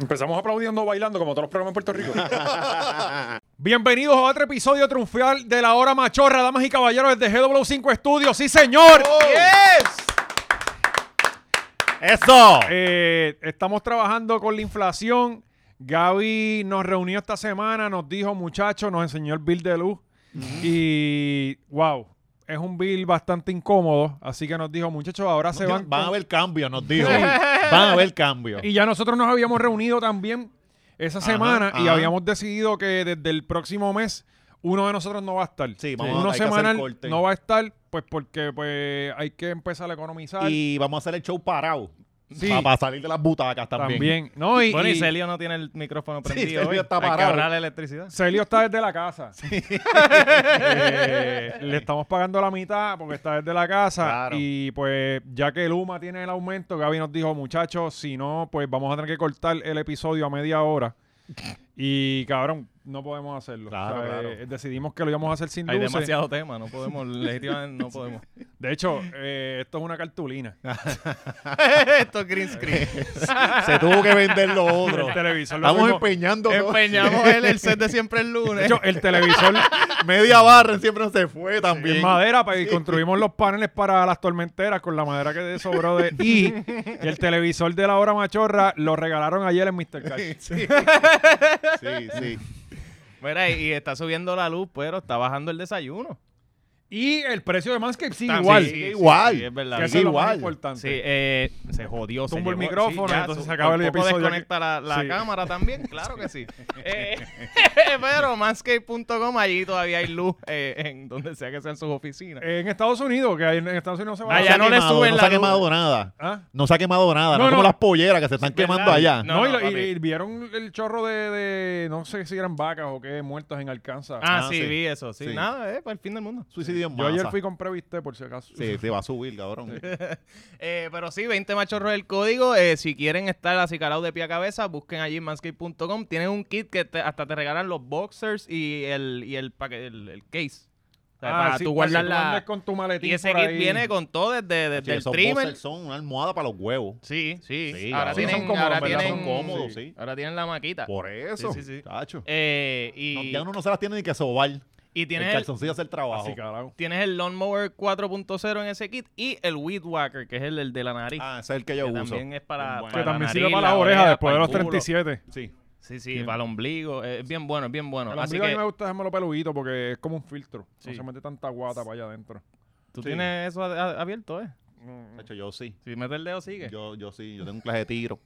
Empezamos aplaudiendo, bailando, como todos los programas en Puerto Rico. Bienvenidos a otro episodio triunfal de La Hora Machorra, damas y caballeros, desde GW5 Studios. ¡Sí, señor! ¡Eso! Eh, estamos trabajando con la inflación. Gaby nos reunió esta semana, nos dijo, muchachos, nos enseñó el bill de luz. Mm-hmm. Y, wow, es un bill bastante incómodo. Así que nos dijo, muchachos, ahora se van. Van a con- haber cambios, nos dijo. Van a haber cambios. Y ya nosotros nos habíamos reunido también esa Ajá, semana y ajá. habíamos decidido que desde el próximo mes uno de nosotros no va a estar. Sí, vamos a- uno hay que hacer semanal corte. no va a estar, pues porque pues hay que empezar a economizar. Y vamos a hacer el show parado. Sí. Para, salir de las butacas también. también. No, y, Bueno, y y Celio no tiene el micrófono prendido. Celio hoy. está Hay que parado. ahorrar la electricidad. Celio está desde la casa. Eh, le estamos pagando la mitad porque está desde la casa. Claro. Y pues, ya que Luma tiene el aumento, Gaby nos dijo, muchachos, si no, pues vamos a tener que cortar el episodio a media hora. Y cabrón, no podemos hacerlo. Claro, claro. eh, Decidimos que lo íbamos a hacer sin Hay luces. demasiado tema, no podemos, legítimamente no podemos. De hecho, eh, esto es una cartulina. Esto es green screen. Se tuvo que vender lo otro. El televisor lo Estamos tuvimos- empeñando todo. Empeñamos el, el set de siempre el De lunes. hecho, el televisor Media barra siempre se fue también. en madera pa- y construimos los paneles para las tormenteras con la madera que sobró de y el televisor de la hora machorra lo regalaron ayer en Mr. Cash. sí. sí, sí. Mira, y, y está subiendo la luz, pero está bajando el desayuno. Y el precio de Manscaped sigue También, igual. sí, que sí, igual. sí, es verdad. eso es sigue lo más igual. importante. Sí, eh, se jodió. se Tumbo el llevó- micrófono, ya, entonces su- se acaba por el poco episodio desconecta la, la Sí. cámara también, claro que sí. Eh, pero manscape.com, allí todavía hay luz eh, en donde sea que sean sus oficinas. En Estados Unidos, que en Estados Unidos no se va Ah, a ya se ha hacer- no le quemado, suben No la se ha luz. quemado nada. ¿Ah? No se ha quemado nada. No, No, como no. las polleras que se están Es verdad. quemando allá. No, No, y, no, lo- y- papi. y vieron el chorro de, de- no sé si eran vacas o qué, muertas en Arkansas. Ah, Ah, sí, sí. vi eso. Sí, Sí. nada, eh, para el fin del mundo. Suicidio en Yo ayer masa. fui con Previste, por si acaso. Sí, se va a subir, cabrón. Eh, pero sí, 20 machorros el código. Eh, si quieren estar acicalados de pie a cabeza, busquen allí en manscape.com. Tienen un kit que te- hasta te regalan los boxers y el, y el, paque- el, el case. O sea, Ah, para sí, tú si guardar tú la... andas con tu maletín Y ese por kit ahí. viene con todo desde, desde Ah, Sí, el esos trimmer. boxers son una almohada para los huevos. Sí, sí. Sí, ahora, cabrón. tienen, Sí, son cómodos, ahora, ¿verdad? tienen, Son cómodos, sí. Ahora tienen la maquita. Por eso, Sí, sí, sí. tacho. Eh, y, No, ya uno no se las tiene ni que sobar. y el tienes el, calzoncillo hace el trabajo. Así, carajo. tienes el Lawnmower 4.0 en ese kit y el Weed Whacker, que es el, el de la nariz. Ah, ese es el que yo que uso. también es para, Bueno. Que para la también nariz, sirve para la las orejas oreja, después de para los el culo. 37. Sí. Sí, sí, para el ombligo. Es bien bueno, es bien bueno. El Así ombligo a mí me que gusta dejármelo peludito porque es como un filtro. No Sí. se mete tanta guata para allá adentro. tú Sí. tienes eso a- a- abierto, ¿eh? Tacho, yo sí. Si metes el dedo, sigue. Yo, yo sí, yo tengo un clase de tiro.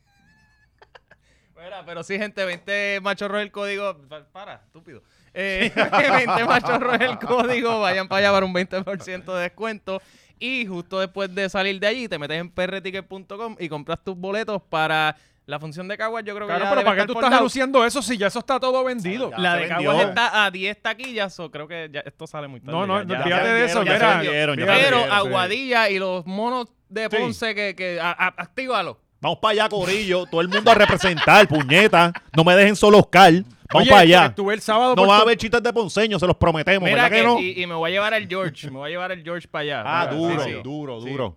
Mira, pero sí, gente, 20 machorros el código. pa- Para, estúpido. Eh, 20 machorros el código. Vayan para allá para un 20% de descuento. Y justo después de salir de allí, te metes en prticket.com y compras tus boletos para la función de Caguas. Yo creo que Claro, ya pero debe ¿para qué estar tú por estás dado. anunciando eso si ya eso está todo vendido? Ya La se de vendió. Caguas está a 10 taquillas. O creo que ya esto sale muy tarde. No, no, ya- no, ya- fíjate de eso, vendieron, ya mira, se vendieron, ya mira, se Pero vendieron. Aguadilla y los monos de Sí. Ponce que, que a- a- actívalo. Vamos para allá, Corillo. Todo el mundo a representar, puñeta. No me dejen solo Oscar. Vamos Oye, para allá. Estuve el sábado No por va a tu- haber chistes de ponceño, se los prometemos. Mira ¿Verdad que, que no? y, y me voy a llevar al George, me voy a llevar al George para allá. Ah, Sí, duro, sí. duro, Sí. duro.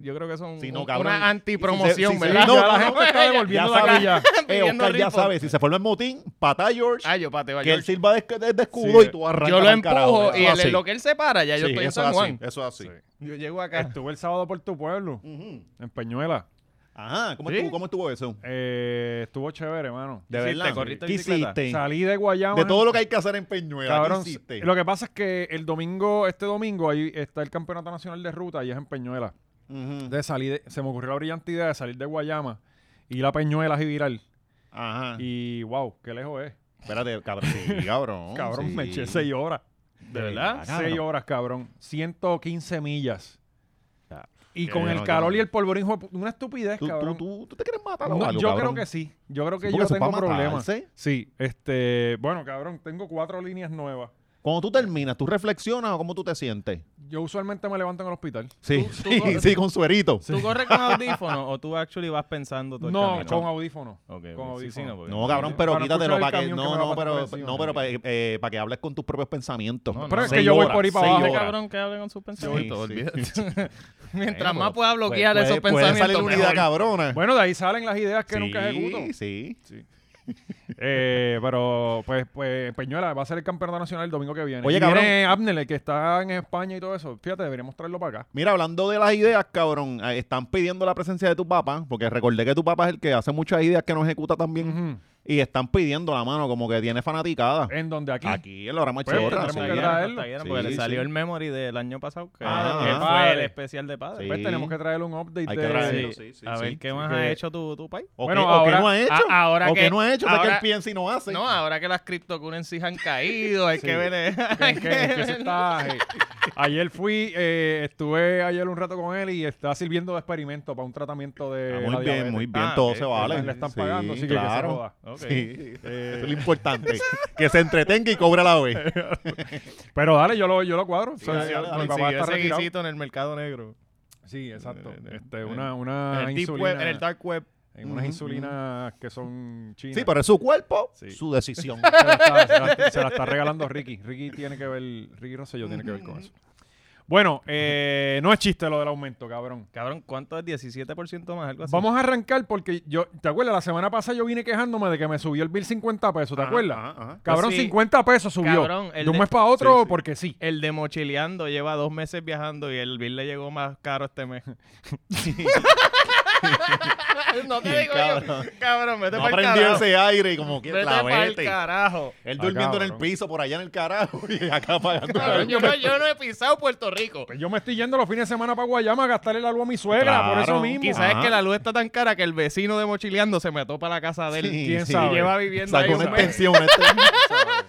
Yo creo que son Sí, no, un- cabrón. una antipromoción, Sí, sí, sí, ¿verdad? sí, no, ya la no, gente está devolviendo la sabe. calle. Eh, Pidiendo Oscar ya rifle. sabes, si se forma el motín, pata George, Ah, yo pateo a que él George. sirva de, de- de escudo Sí, y tú arrancas Yo lo pa'l carajo. empujo Eso y él- así. lo que él se para, ya yo Sí, estoy en eso San es así, Juan. Eso es así. Yo llego acá. Estuve el sábado por tu pueblo, Ujú. en Peñuela. Ajá, ¿cómo ¿Sí? estuvo, cómo estuvo eso? Eh, estuvo chévere, hermano. De hiciste? verdad. ¿Corriste ¿Qué bicicleta? hiciste? Salí de Guayama. De todo lo que hay que hacer en Peñuela, ¿qué Cabrón, hiciste? lo que pasa es que el domingo, este domingo, ahí está el Campeonato Nacional de Ruta y es en Peñuela. Ujú. Entonces salí de- se me ocurrió la brillante idea de salir de Guayama, ir a Peñuela y viral. Ajá. Y wow, qué lejos es. Espérate, cabrón. Sí, cabrón. Cabrón, sí. me eché 6 horas. ¿De verdad? Ah, cabrón. 6 horas, cabrón. 115 millas. Ya. Y Qué con bien, el no, calor cabrón. y el polvorín, hijo de pu- una estupidez, ¿Tú, tú, cabrón. tú, tú te quieres matar o No, algo, yo cabrón? creo que sí. Yo creo que Sí, porque yo eso es tengo pa' problemas. matarse. Sí, este, bueno, cabrón, tengo cuatro líneas nuevas. Cuando tú terminas, ¿tú reflexionas o cómo tú te sientes? Yo usualmente me levanto en el hospital. Sí, Tú- tú sí, corres- sí, con suerito. ¿Tú corres con audífono o tú actually vas pensando todo el No, camino? con audífono. Ok, ok. con Sí, sí, audífono. no, porque- No, cabrón, Para pero escuchar quítatelo el para que. camión que No, me va no, a pasar por pero, encima. no, pero para eh, para que hables con tus propios pensamientos. No, no, Pero es que Seis yo voy horas, por ahí para seis abajo. Este horas. cabrón que hable con sus pensamientos, pues, sí. olvídate. Mientras Bueno, más pueda bloquear puede- esos puede- Puede pensamientos, salir mejor. unidad cabrona. Bueno, de ahí salen las ideas que nunca ejecuto. Sí, sí. Eh, pero, pues, pues, Peñuela va a ser el campeonato nacional el domingo que viene. Oye, Y cabrón. Viene Abner, el que está en España y todo eso. Fíjate, deberíamos traerlo para acá. Mira, hablando de las ideas, cabrón, eh, están pidiendo la presencia de tu papá, porque recordé que tu papá es el que hace muchas ideas que no ejecuta también, Ujú. y están pidiendo la mano, como que tiene fanaticada. En donde aquí. Aquí en la hora Pues, machorra. tendremos sí. que Taguieron, traerlo. taguieron, porque Sí, le salió sí. el memory del año pasado, que, Ah, que de fue el padre. especial de padre. Sí. Pues tenemos que traerle un update Hay que de- traerlo, Sí. sí, sí, a ver sí. qué más que- ha hecho tu, tu país. O Bueno, que- o que ahora- no ha hecho. a- ahora o que, que- no ha hecho, o sea, que ahora- él piensa y no hace. No, ahora que las cryptocurrencies han caído, hay Sí. que ver. ¿En qué- en qué se está, eh? Ayer fui, eh, estuve ayer un rato con él y está sirviendo de experimento para un tratamiento de. Ah, Eh, la muy bien, diabetes. muy bien, Ah, todo ok, se ok, vale. Le están Sí, pagando, así que que se claro. joda. Ok. Sí, eso es lo importante. que se entretenga y cobra la vez. Pero dale, yo lo, yo lo cuadro. O sea, dale, dale. mi Consiguió papá está ese retirado. guisito en el mercado negro. Sí, exacto. En el- Este, en una, eh, en una el deep insulina. web, en el dark web. en unas Ujú, insulinas que son chinas. Sí, pero es su cuerpo, Sí. su decisión. Se la, está, se la- se la está regalando Ricky. Ricky tiene que ver, Ricky Rosselló tiene que ver con eso. Bueno, eh, no es chiste lo del aumento, cabrón. Cabrón, ¿cuánto es 17% más? Algo así. Vamos a arrancar porque yo, ¿te acuerdas? La semana pasada yo vine quejándome de que me subió el bill 50 pesos, ¿te Ajá, acuerdas? ajá, ajá. Cabrón, Pues sí. 50 pesos subió. Cabrón, el de un de- mes para otro Sí, sí. porque sí. El de Mochileando lleva dos meses viajando y el bill le llegó más caro este mes. no te Bien, digo cabrón. yo. Cabrón, vete No para el aprendió carajo. ese aire y como que Vete la para el vete. carajo. Él Ah, durmiendo en el cabrón. piso por allá en el carajo y acá pagando. la Cabrón, luz. yo, no, yo no he pisado Puerto Rico. Pues Yo me estoy yendo los fines de semana para Guayama a gastarle la luz a mi suegra, por eso Claro. mismo. Quizás Ajá. es que la luz está tan cara que el vecino de Mochileando se metió para la casa de él. Sí, quién sí. sabe. Y lleva viviendo ahí Sacó un una mes. extensión. Este,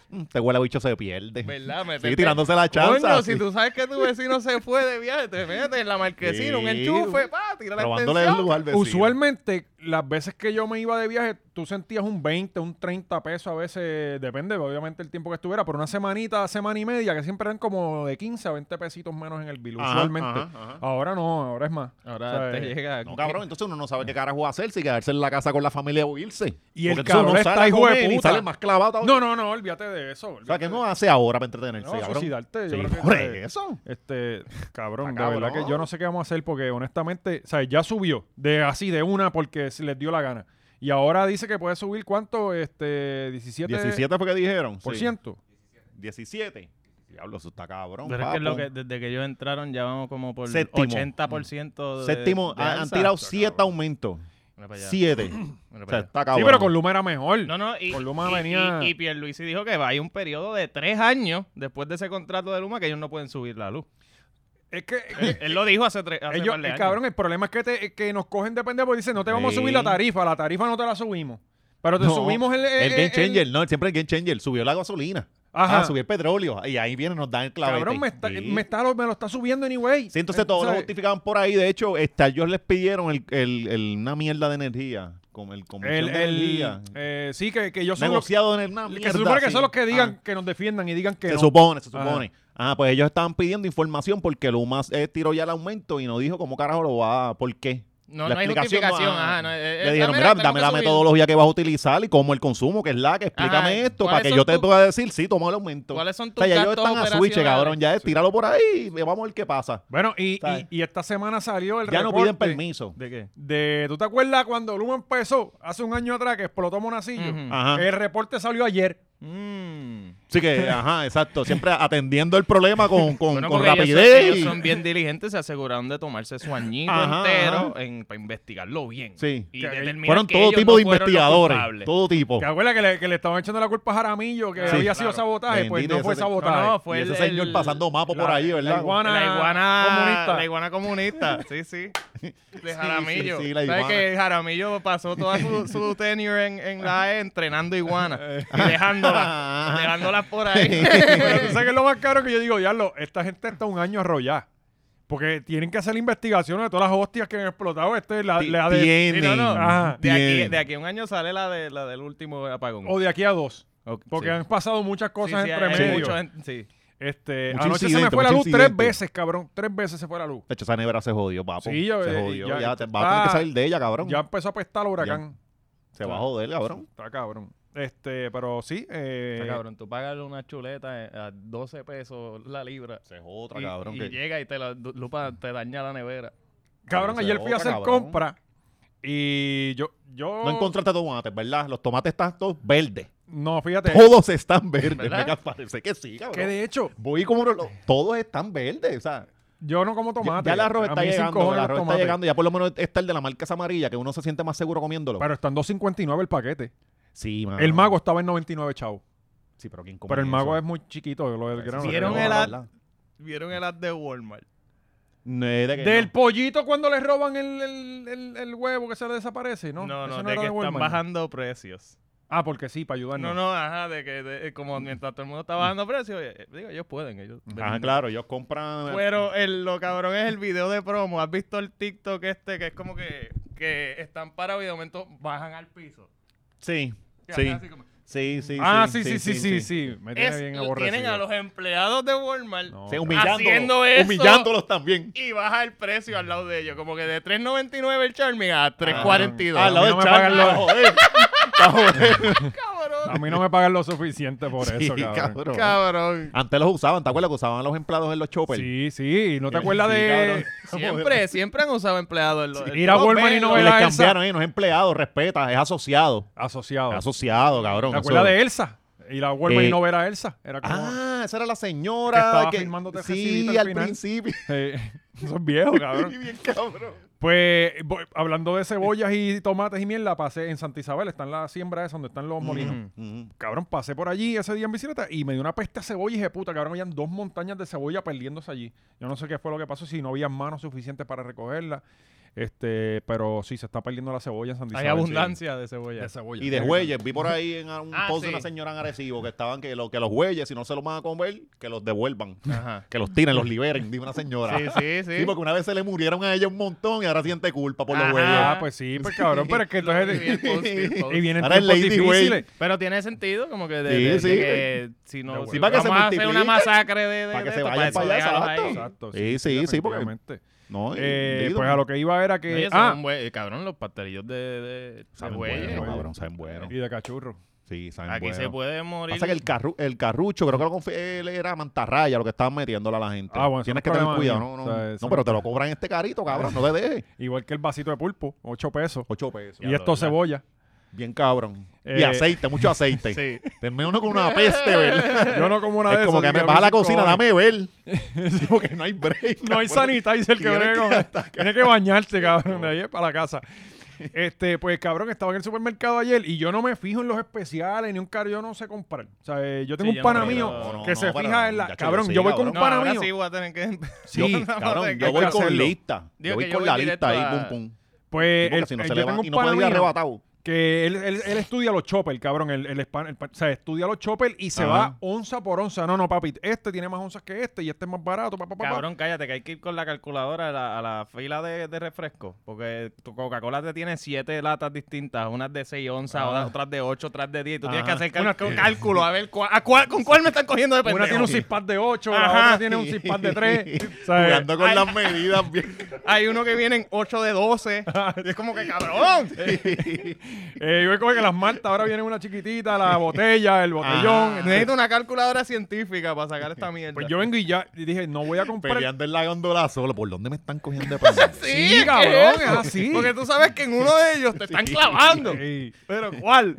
Mm, este huele a bicho se pierde. ¿Verdad? Métete. Sí, tirándose la chanza. Coño, sí. si tú sabes que tu vecino se fue de viaje, te metes en la marquesina, un Sí. enchufe, pa, tira la Robándole el extensión. lugar al vecino. Usualmente, las veces que yo me iba de viaje, tú sentías un 20, un 30 pesos a veces, depende obviamente el tiempo que estuviera, pero una semanita, semana y media, que siempre eran como de 15 a 20 pesitos menos en el bill, Ajá, usualmente. ajá, ajá. Ahora no, ahora es más. Ahora O sea, te eh, llega. No, cabrón, entonces uno no sabe qué carajo va a hacer si quedarse en la casa con la familia o irse. Y el Porque entonces uno cabrón sale está a hijo de comer y puta. sale más clavado. todavía. No, no, no, olvídate de eso. O sea, ¿qué olvídate no de- hace ahora para entretenerse, no, cabrón? suicidarte. yo Sí, creo que- por eso. Este, cabrón, Está de verdad cabrón. que yo no sé qué vamos a hacer porque honestamente, o sea, ya subió de así de una porque se les dio la gana. Y ahora dice que puede subir cuánto, este, 17, 17 fue que dijeron. por sí. ciento. 17. Diablo, eso está cabrón. Pero es que, papo. lo que desde que ellos entraron ya vamos como por Séptimo. Mm. 80% de, Séptimo, de han han alza. tirado 7 aumentos. Mira Pues para allá, 7. mira O para sea, allá. está Sí, cabrón. pero con Luma era mejor. No, no, y, Con Luma y, venía- y, y Pierluisi dijo que va, hay un periodo de tres años después de ese contrato de Luma que ellos no pueden subir la luz. Es que Eh, Él, él lo dijo hace tres hace ellos, par de el años. cabrón, el problema es que, te- es que nos cogen de pendejo porque dicen, no te vamos Sí. a subir la tarifa, la tarifa no te la subimos. Pero te No, subimos el... El Game Changer, no, siempre el Game Changer. Subió la gasolina. Ajá. Ah, subió el petróleo. Y ahí viene, nos dan el clavete. Cabrón, me, está, Sí. me, está lo, me lo está subiendo anyway. Sí, entonces todos lo Eh, ¿Sabes? justificaban por ahí. De hecho, este, a ellos les pidieron el, el- el- una mierda de energía. Como el comisión El, de el, energía. eh, sí, que, que yo soy los, Negociado en el una que mierda, se supone que sí. son los que digan, Ah, que nos defiendan y digan que se no. supone, se Ajá. supone. Ah, pues ellos estaban pidiendo información porque Luma eh, tiró ya el aumento y no dijo cómo carajo lo va, por qué. No, La no hay explicación no- justificación. ah, ajá, no, eh, eh, Le dijeron, ah, mira, tenemos dame que la subir". metodología que vas a utilizar y cómo el consumo, que es la que explícame Ajá, esto para Ah, ¿cuáles que son yo te tus- pueda decir, sí, toma el aumento. ¿Cuáles son O sea, tus ya ellos gastos están a switch, operacionales? cabrón, ya es, tíralo por ahí y vamos a ver qué pasa. Bueno, y, ¿Sabes? y, y esta semana salió el Ya no reporte piden permiso. ¿De qué? De, ¿Tú te acuerdas cuando Luma empezó hace un año atrás que explotó Monacillo? Ujú. Ajá. El reporte salió ayer. Mm. Así que, ajá, exacto. Siempre atendiendo el problema con, con, Bueno, con porque ellos son- rapidez. Ellos, y- son bien diligentes, se aseguraron de tomarse su añito Ajá, entero en- para investigarlo bien. Sí. Y Que determinar fueron que todo ellos tipo no de fueron los investigadores. culpables. Todo tipo. ¿Te acuerdas que le, que le estaban echando la culpa a Jaramillo que Sí, había sido claro. sabotaje? pues Bendito no fue ese- sabotaje. No, no, Y fue ese el- señor el- pasando mapo por la- ahí, ¿verdad? la iguana- La iguana comunista. comunista. La iguana comunista, sí, sí. De Jaramillo. sí, sí, la ¿Sabes iguana. que Jaramillo pasó toda su, su tenure en, en la E entrenando iguanas Eh. y dejándolas, dejándolas por ahí. Pero tú sabes que es lo más caro que yo digo, diablo, esta gente está un año arrollada. Porque tienen que hacer investigaciones de todas las hostias que han explotado. Este, la, Ti- la de, tienen. Sí, no, no. Ajá. De aquí, Bien. de aquí a un año sale la, de, la del último apagón. O de aquí a dos. Ok, Porque sí. han pasado muchas cosas Sí, sí, entre hay medio. mucho en- sí. Este, Mucho anoche se me incidente, fue la mucho luz tres incidente. veces, cabrón. Tres veces se fue la luz. De hecho, esa nevera se jodió, papo. Sí, ya- se jodió. ya- Ya, te, va está- a tener que salir de ella, cabrón. Ya empezó a apestar el huracán. se va a joder, cabrón. Está cabrón. Este, pero sí. eh, Está cabrón, tú pagas una chuleta eh, a 12 pesos la libra. Se joda, y, cabrón. y que- llega y te la lupa, te daña la nevera. Cabrón, Esa ayer es fui a otra, hacer cabrón. compra y yo, yo No encontraste tomates, ¿verdad? Los tomates están todos verdes. No, fíjate, Todos están verdes. ¿Verdad? Mega, parece que sí, cabrón. que de hecho Voy como lo- todos están verdes, o sea, yo no como ya, tomate. ya el arroz A está mí sin llegando, cojones el los arroz está tomates. llegando, ya por lo menos está el de la marca esa amarilla que uno se siente más seguro comiéndolo. Pero están 2.59 el paquete. sí, mano. El mago estaba en 99, chavo. Sí, pero ¿quién come Pero el mago Ah. eso? es muy chiquito, lo del grano. ¿Vieron Pero- el ad? ¿verdad? ¿Vieron el ad de Walmart? No, es de que Del no. pollito cuando le roban el, el- el- el huevo que se le desaparece, ¿no? No, no, Eso de era que están Walmart. bajando precios. Ah, porque sí, para ayudarnos. No, no, ajá, de que de- eh, como mientras todo el mundo está bajando precios, eh, digo, ellos pueden, ellos. Ajá, venden. claro, ellos compran Pero el, lo cabrón es el video de promo. ¿Has visto el TikTok este que es como que, que están parados y de momento bajan al piso? Sí. Y Sí. hacen así como- Sí, sí, ah, sí, sí, sí, sí, sí, Me tiene Es- bien aborrecido. tienen a los empleados de Walmart No, Sí, cabrón. humillándolos, Haciendo eso. humillándolos también. y baja el precio al lado de ellos. Como que de 3.99 el Charming a 3.42. Ah, Al lado no del me Charlie, pagan los- joder. cabrón. A mí no me pagan lo suficiente por Sí, eso, cabrón. cabrón. Cabrón. Antes los usaban, ¿te acuerdas que usaban los empleados en los choppers? Sí, sí, ¿no te acuerdas pues. Sí, de...? cabrón. Siempre, siempre han usado empleados. en los- Sí, en ir a los Walmart y no medios. Le ver a Elsa. cambiaron, eh, no es empleado, respeta, es asociado. Asociado. Es asociado, cabrón. Oh. ¿Te acuerdas eso- de Elsa? Y la Walmart y Eh, no ver a Elsa. Era como... Ah, esa era la Que señora estaba firmándote el sí, recibito al, al final. principio. Eh, eso es viejo, cabrón. Sí, bien cabrón. Pues, voy- hablando de cebollas y tomates y mierda, pasé en Santa Isabel, están las siembras esas donde están los molinos. Ujú. Cabrón, pasé por allí ese día en bicicleta y me dio una peste a cebolla y de puta, cabrón, habían dos montañas de cebolla perdiéndose allí. Yo no sé qué fue lo que pasó, si no había manos suficientes para recogerla. Este, pero sí, se está perdiendo la cebolla en Santa Isabel, Hay sí. abundancia de cebolla. de cebolla. Y de güeyes, vi por ahí en un Ah, post de sí. una señora en Arecibo que estaban que, lo, que los güeyes, si no se los van a comer, que los devuelvan, Ajá. que los tiren, los liberen, dijo una señora. Sí, sí, sí. Sí, porque una vez se le murieron a ella un montón y ahora siente culpa por los Ajá. güeyes. Ah, pues sí, pues cabrón, pero es que Y el entonces... post, y el post. y vienen Ahora es tiempos Lady Way. difíciles. Pero tiene sentido, como que de, Sí, de- de sí. que si no Sí, si para que se vamos a hacer multiplique, una masacre de, de- para que de se esto, vayan eso para allá, déjalos exacto. ahí. Exacto. Sí, sí, sí, porque- definitivamente. No, y- Eh, y- pues a lo que iba era que... Oye, eso ah, es un buen- eh, cabrón, los pastelillos de, de, de Saben bueyes. bueno, güey. cabrón, saben bueno. y de cachurro. Sí, saben Aquí bueno. se puede morir. Pasa que el, carru el carrucho, creo que lo confi- él era mantarraya lo que estaban metiéndole a la gente. Ah, bueno, eso no Tienes es que tener problema cuidado, mío. no, no. O sea, eso no, no- pero te lo cobran este carito, cabrón, no te dejes. Igual que el vasito de pulpo, 8 pesos. 8 pesos. y esto cebolla. Bien cabrón. Y Eh, aceite, mucho aceite. Sí. Termina uno con una peste, ¿verdad? Yo no como una de es como esas, que me ni vas a la abrir cocina, cojones. dame ver. Sí, porque no hay break. No hay cabrón. sanitizer que Tienes que brego. Tienes que bañarte, cabrón, de ayer para la casa. Este, pues cabrón, estaba en el supermercado ayer y yo no me fijo en los especiales ni un carro, yo no sé comprar. O sea, eh, yo tengo Sí, yo un no pana creo. mío No, no, que no, se pero fija en la. muchacho, yo cabrón, sí, yo voy con un cabrón. No, pana ahora mío. sí voy a tener que... Sí, nada más de Cabrón, que- yo voy que con hacerlo. lista. Digo Yo que voy yo con voy la directo lista ahí, pum, a- pum. Sí, Pues porque el- si no el- yo se tengo levanta y un no puede pana ir mío arrebatado. que él, él- él estudia los choppers, cabrón. Él, él espan- él pa- o sea, estudia los choppers y se Ajá. va onza por onza. No, no, papi, este tiene más onzas que este y este es más barato. Pa, pa, pa, pa. Cabrón, cállate, que hay que ir con la calculadora a la, a la fila de, de refresco. Porque tu Coca-Cola te tiene siete latas distintas, unas de 6 onzas, Ah. otras de 8, otras de 10. Y tú Ajá. tienes que hacer cal- Una- con cálculo a ver cua- a cuál- con cuál me están cogiendo de pendejo. Una tiene un zipad de 8, Ajá. la otra tiene un zipad de 3. Jugando con las medidas bien. Hay uno que viene en 8 de 12. Ah, y es como que, cabrón. eh, yo voy como que las maltas, ahora viene una chiquitita, la botella, el botellón. Ajá. etcétera. Necesito una calculadora científica para sacar esta mierda. Pues yo vengo y ya y dije, no voy a comprar. Peleando en la góndola solo. ¿Por dónde me están cogiendo de pendejo? Sí, ¿qué cabrón, eso? es así. Porque tú sabes que en uno de ellos te están clavando. Sí. Pero ¿cuál?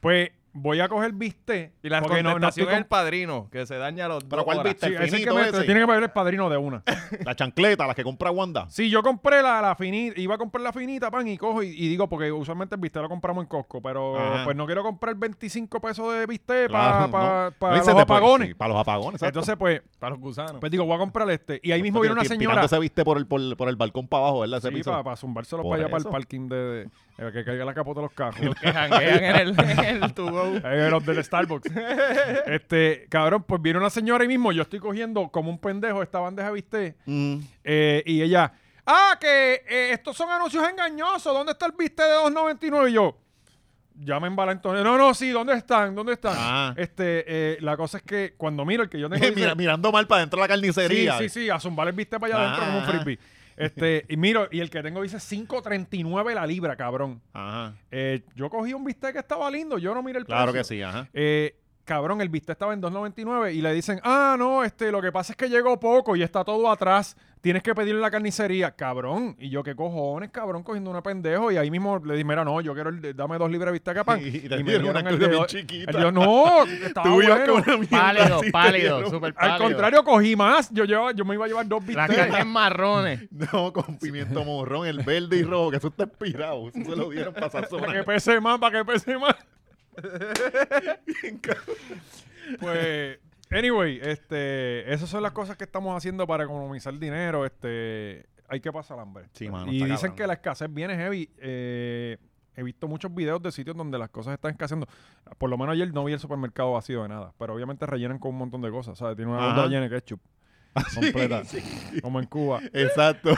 Pues voy a coger viste. Y la porque no, no estoy contestación es el con- padrino, que se daña a los Pero dos ¿cuál horas. viste? Sí, El ese es que finito me- ese. tiene que pagar el padrino de una. La chancleta, la que compra Wanda. Sí, yo compré la, la finita, iba a comprar la finita, pan, y cojo y, y digo, porque usualmente el bistec lo compramos en Costco, pero Ajá. pues no quiero comprar 25 pesos de bistec Claro, para no. para No, y se los te puede- apagones. sí, para los apagones, exacto. Entonces, pues, Para los gusanos. pues digo, voy a comprar este. Y ahí mismo viene una señora. se viste por el, por, el- por el balcón para abajo, ¿verdad? Ese piso. para, zumbárselo Por para allá, para el eso. parking de, de- eh, que caiga la capota de los carros. que janguean en el, en el to go. Eh, los del Starbucks. este, cabrón, pues viene una señora ahí mismo. Yo estoy cogiendo como un pendejo esta bandeja, ¿viste? Mm. Eh, y ella, ah, que eh, estos son anuncios engañosos. ¿Dónde está el viste de 2.99? Y yo, llamen Valentonio. No, no, sí, ¿dónde están? ¿Dónde están? Ah. Este, eh, la cosa es que cuando miro el que yo tengo. Eh, dice- mira- mirando mal para adentro de la sí, carnicería. sí, sí, a zumbar el viste para allá Ah. adentro como un frisbee. Este, y miro, y el que tengo dice 5.39 la libra, cabrón. Ajá. Eh, yo cogí un bistec que estaba lindo, yo no miré el Claro precio. que sí, ajá. Eh, cabrón, el bistec estaba en 2.99 y le dicen, ah, no, este, lo que pasa es que llegó poco y está todo atrás. Tienes que pedirle la carnicería, cabrón. Y yo, ¿qué cojones, cabrón? Cogiendo una pendejo. Y ahí mismo le dije, mira, no, yo quiero, el de- dame dos libras de bistec pan. Y- y te dieron una el cosa de bien do- chiquita. el de- no, estaba Tú ibas bueno. con una mierda Pálido, así, te pálido, dieron- súper pálido. Al contrario, cogí más. Yo, llevaba- yo me iba a llevar dos Las bistecs. carnes marrones. No, con pimiento morrón, el verde y rojo, que eso está espirado. Eso se lo dieron para Para que sazonar. pese más, para que pese más. pues, anyway, este, esas son las cosas que estamos haciendo para economizar dinero. Este, hay que pasar hambre. Sí, mano, y está dicen cabrón. que la escasez viene heavy. Eh, he visto muchos videos de sitios donde las cosas están escaseando. Por lo menos ayer no vi el supermercado vacío de nada. Pero obviamente rellenan con un montón de cosas. ¿sabes? Tiene una Ajá. botella llena de ketchup. Completa. Como en Cuba. Exacto.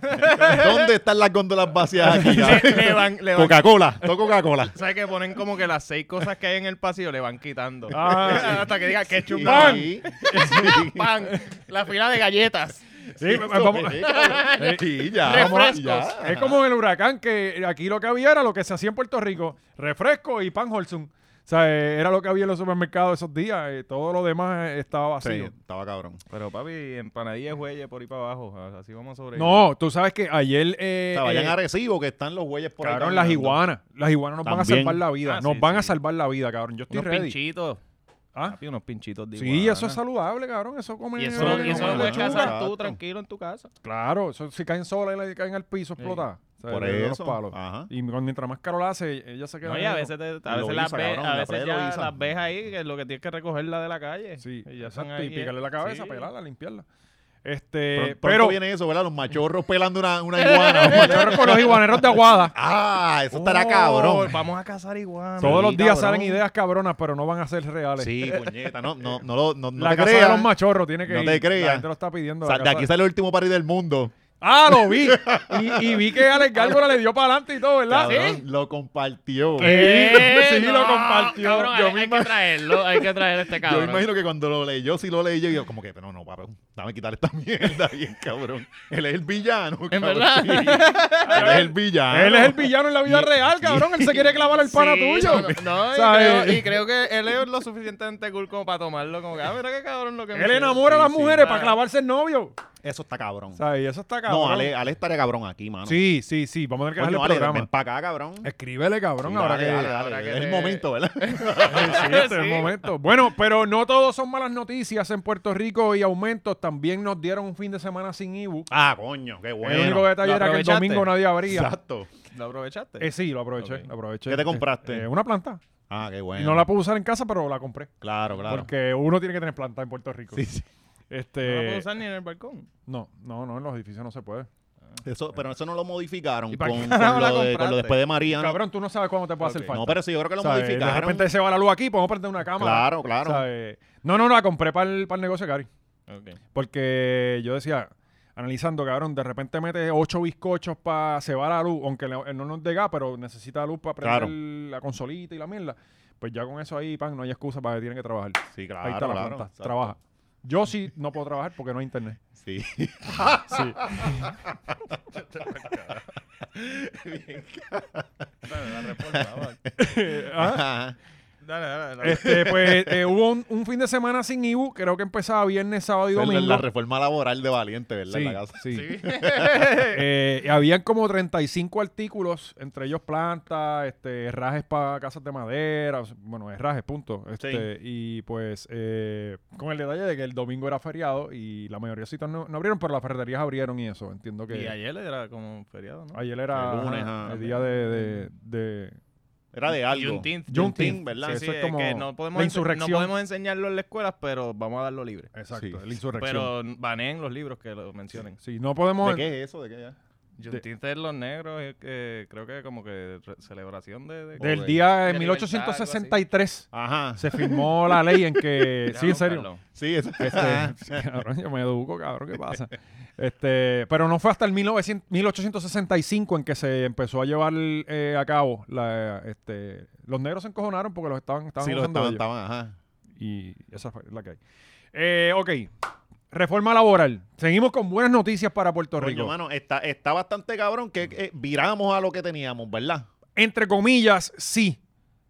¿Dónde están las góndolas vacías aquí? ya? Le, le van, le van. Coca-Cola, todo Coca-Cola. ¿Sabes que ponen como que las seis cosas que hay en el pasillo le van quitando? Ah, Hasta que diga ketchup, Sí. pan, Sí. pan, la fila de galletas. Sí, vamos- Sí, cabrón. Sí, ya. Refrescos. ya. Es como en el huracán, que aquí lo que había era lo que se hacía en Puerto Rico, refresco y pan Holzum. O sea, eh, era lo que había en los supermercados esos días, eh, todo lo demás eh, estaba Sí, vacío. estaba cabrón. Eh, Pero papi, empanadillas huelle por ahí para abajo, así vamos a sobrevivir. No, tú sabes que ayer... eh, Estaba allá en eh, Arecibo, que están los güeyes por ahí cabrón, las caminando. iguanas. Las iguanas nos van a También. salvar la vida. Ah, nos sí, van a sí. salvar la vida, cabrón. Yo estoy unos ready. pinchitos, ¿Ah? papi, unos pinchitos de Sí, iguana. eso es saludable, cabrón. Eso come... Y Eso eso, es come y eso como lo puedes lechuga. cazar tú Exacto. tranquilo en tu casa. Claro, eso, si caen solas y le caen al piso, explota. O sea, Por le doy los eso. Ah. palos. Ajá. Y con- mientras más caro la hace, ella se queda... No, y a menos. veces, te- a Lo veces, las, hizo, ves, cabrón, a la veces pared ya lo hizo. las ves ahí, que lo que tienes que recogerla de la calle. Sí, Y ya están exacto. Y ahí, eh. picarle la cabeza, sí. pelarla, limpiarla. Este, Pronto- pero pronto viene eso, ¿verdad? Los machorros pelando una, una iguana. un machorro. con los iguaneros de Aguada. Ah, eso estará Oh, cabrón. Vamos a cazar igual. Todos los días cabrón. salen ideas cabronas, pero no van a ser reales. Sí, puñeta. No, no, no, lo- no, no la te casa creas. de los machorros tiene que No ir. te creas. La gente lo está pidiendo. O la sea, de casa- aquí sale el último party del mundo. Ah, lo vi. Y, y vi que Alex Gárgola le dio para adelante y todo, ¿verdad? Cabrón, Sí. Eh, Lo compartió. ¿Qué? Sí, Sí, lo compartió. Cabrón, Yo hay, me hay que traerlo, hay que traer este Yo cabrón. me imagino que cuando lo leyó, si lo leyó, yo como que, pero no, papá, dame quitar esta mierda bien, cabrón. Él es el villano, En cabrón. verdad. Sí. Él es el villano. Él es el villano en la vida real, cabrón. Él se quiere clavar el pana Sí, tuyo. No, no, no, y, ¿Sabes? creo, y creo que él es lo suficientemente cool como para tomarlo. Como que, ah, mira qué cabrón lo que me Él hizo. enamora a las Sí, sí, mujeres para claro. clavarse el novio. Eso está cabrón. O sea, y eso está cabrón. No, Ale, Ale estaría cabrón aquí, mano. Sí, sí, sí. Vamos a tener que Coño, dejarle el Ale, programa. ven para acá, cabrón. Escríbele, cabrón. Sí, ahora dale, que. dale, dale, ahora que Es el te- momento, ¿verdad? Sí, este es Sí. el momento. Bueno, pero no todos son malas noticias en Puerto Rico y aumentos. También nos dieron un fin de semana sin IBU. Ah, coño, qué bueno. el único detalle ¿lo era que el aprovechaste? domingo nadie abría. Exacto. ¿Lo aprovechaste? Eh, sí, lo aproveché, Ok. lo aproveché. ¿Qué te compraste? Eh, eh, una planta. Ah, qué Y bueno. no la pude usar en casa, pero la compré. Claro, claro. Porque uno tiene que tener planta en Puerto Rico. Sí, sí. Este, No lo puedo usar ni en el balcón. no, no, no, en los edificios no se puede. Eso, pero eso no lo modificaron ¿Y con, para qué con carajo la lo de, con lo compraste? después de María. Cabrón, tú no sabes cuándo te puede hacer Ok. falta. No, pero sí, yo creo que lo O sea, eh, de modificaron. repente se va la luz aquí, podemos prender una cámara. Claro, claro. O sea, eh, no, no, no, la compré para el, para el negocio, Gary. Okay. Porque yo decía, analizando, cabrón, de repente mete ocho bizcochos para cebar la luz, aunque le- no nos dé gas, pero necesita luz para prender Claro. la consolita y la mierda. Pues ya con eso ahí, pan, no hay excusa para que tienen que trabajar. sí, claro, ahí está la claro, planta, exacto. trabaja. Yo sí no puedo trabajar porque no hay internet. Sí. Sí. Ah. Dale, la respuesta, va. Ah, Ajá. Dale, dale, dale. Este, pues eh, hubo un, un fin de semana sin IBU, creo que empezaba viernes, sábado y Esa es la- domingo. La reforma laboral de Valiente, ¿verdad? Sí, En la casa. sí. Sí. Eh, habían como 35 artículos, entre ellos plantas, este, herrajes para casas de madera, o sea, bueno, herrajes, punto. Este, Y pues eh, con el detalle de que el domingo era feriado y la mayoría de sitios no, no abrieron, pero las ferreterías abrieron y eso. Entiendo que Y ayer era como un feriado, ¿no? ayer era El ajá, el, lunes, ah. día de, de- de- Era de algo. Juneteenth. Juneteenth, ¿verdad? sí, Sí, eso es es como que no podemos, la ense- insurrección. no podemos enseñarlo en las escuelas, pero vamos a darlo libre. Exacto, Sí. la insurrección. Pero baneen los libros que lo mencionen. Sí, no podemos... ¿De qué es eso? ¿De qué ya? Juneteenth es los negros, es que creo que como que re- celebración de... de- Del Ok. día De en libertad, algo así. 1863 Ajá. se firmó la ley en que... Ya, sí, en don serio. Carlos. Sí, eso. Este, cabrón, yo me educo, cabrón, ¿qué pasa? Este, pero no fue hasta el 1900 1865 en que se empezó a llevar eh, a cabo. La, este, los negros se encojonaron porque los estaban, estaban sí, lo usando estaban, ellos. estaban, ajá. Y esa fue la que hay. Eh, ok, reforma laboral. Seguimos con buenas noticias para Puerto Coño, Rico. mano, está, está bastante cabrón que eh, viramos a lo que teníamos, ¿verdad? Entre comillas, sí.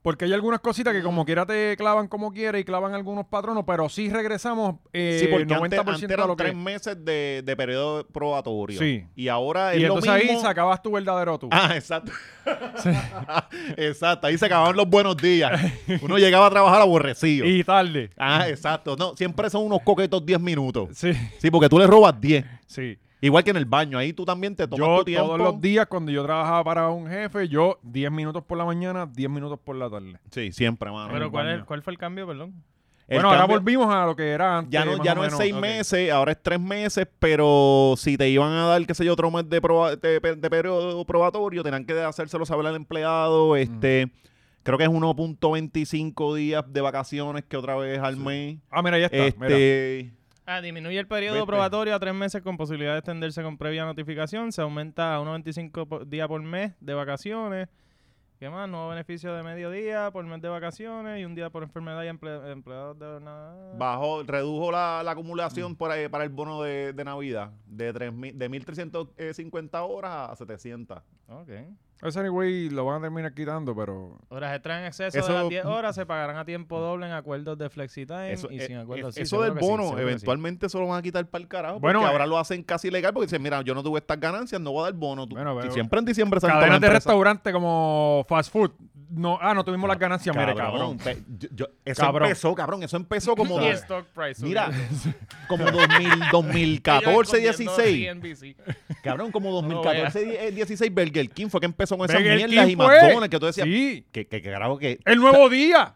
Porque hay algunas cositas que como quiera te clavan como quiera y clavan algunos patronos, pero sí regresamos eh, sí, porque 90% antes, antes a lo eran que... tres meses de, de periodo probatorio. Sí. Y ahora es Y lo entonces ahí mismo. sacabas tu verdadero tú. Ah, exacto. exacto. Ahí se acababan los buenos días. Uno llegaba a trabajar aborrecido. Y tarde. Ah, exacto. No, siempre son unos coquetos 10 minutos. Sí, Sí, porque tú le robas 10. sí. Igual que en el baño. Ahí tú también te tomas Yo tu tiempo. todos los días cuando yo trabajaba para un jefe, yo 10 minutos por la mañana, 10 minutos por la tarde. Sí, siempre, mano. Pero, Pero ¿cuál, Ah, baño. es- ¿cuál fue el cambio, perdón? El bueno, ahora cambio- volvimos a lo que era antes. Ya no, más ya o no es menos. seis Ok. meses, ahora es tres meses, pero si te iban a dar, qué sé yo, otro mes de, proba- de, pe- de periodo probatorio, tenían que hacérselo saber al empleado. Este, Creo que es 1.25 días de vacaciones que otra vez al mes. Ah, mira, ya está. mira. Este, Ah, disminuye el periodo Viste. probatorio a tres meses con posibilidad de extenderse con previa notificación. Se aumenta a unos 25 po- días por mes de vacaciones. ¿Qué más? Nuevo beneficio de medio día por mes de vacaciones y un día por enfermedad y emple- empleados de jornada. bajó, redujo la, la acumulación por ahí- para el bono de, de Navidad de, 3.000 de 1.350 horas a 700. Ok. Ese anyway lo van a terminar quitando, pero... Horas extras en exceso Eso- de las 10 horas se pagarán a tiempo doble en acuerdos de flexitime Eso, y eh, sin acuerdos. eh, sí, eso seguro del que sí, bono, seguro que sí. eventualmente eso lo van a quitar para el carajo. Bueno, porque ahora eh, lo hacen casi legal porque dicen, mira, yo no tuve estas ganancias, no voy a dar bono. Tú- Bueno, si pero- siempre en diciembre salen todas Cadenas de las empresas. restaurante como fast food. No, ah, no tuvimos las ganancias, mire, cabrón. pe- yo- yo- eso Cabrón. empezó, cabrón. Eso empezó como. Y dos- stock price. mira, subió. como 2000, 2014, 16. Ellos escondiendo CNBC. Cabrón, como 2014, die- eh, 16. Burger King fue que empezó con esas Burger mierdas King y fue- McDonald's que tú decías. Sí, Que, que, que carajo que. el nuevo día.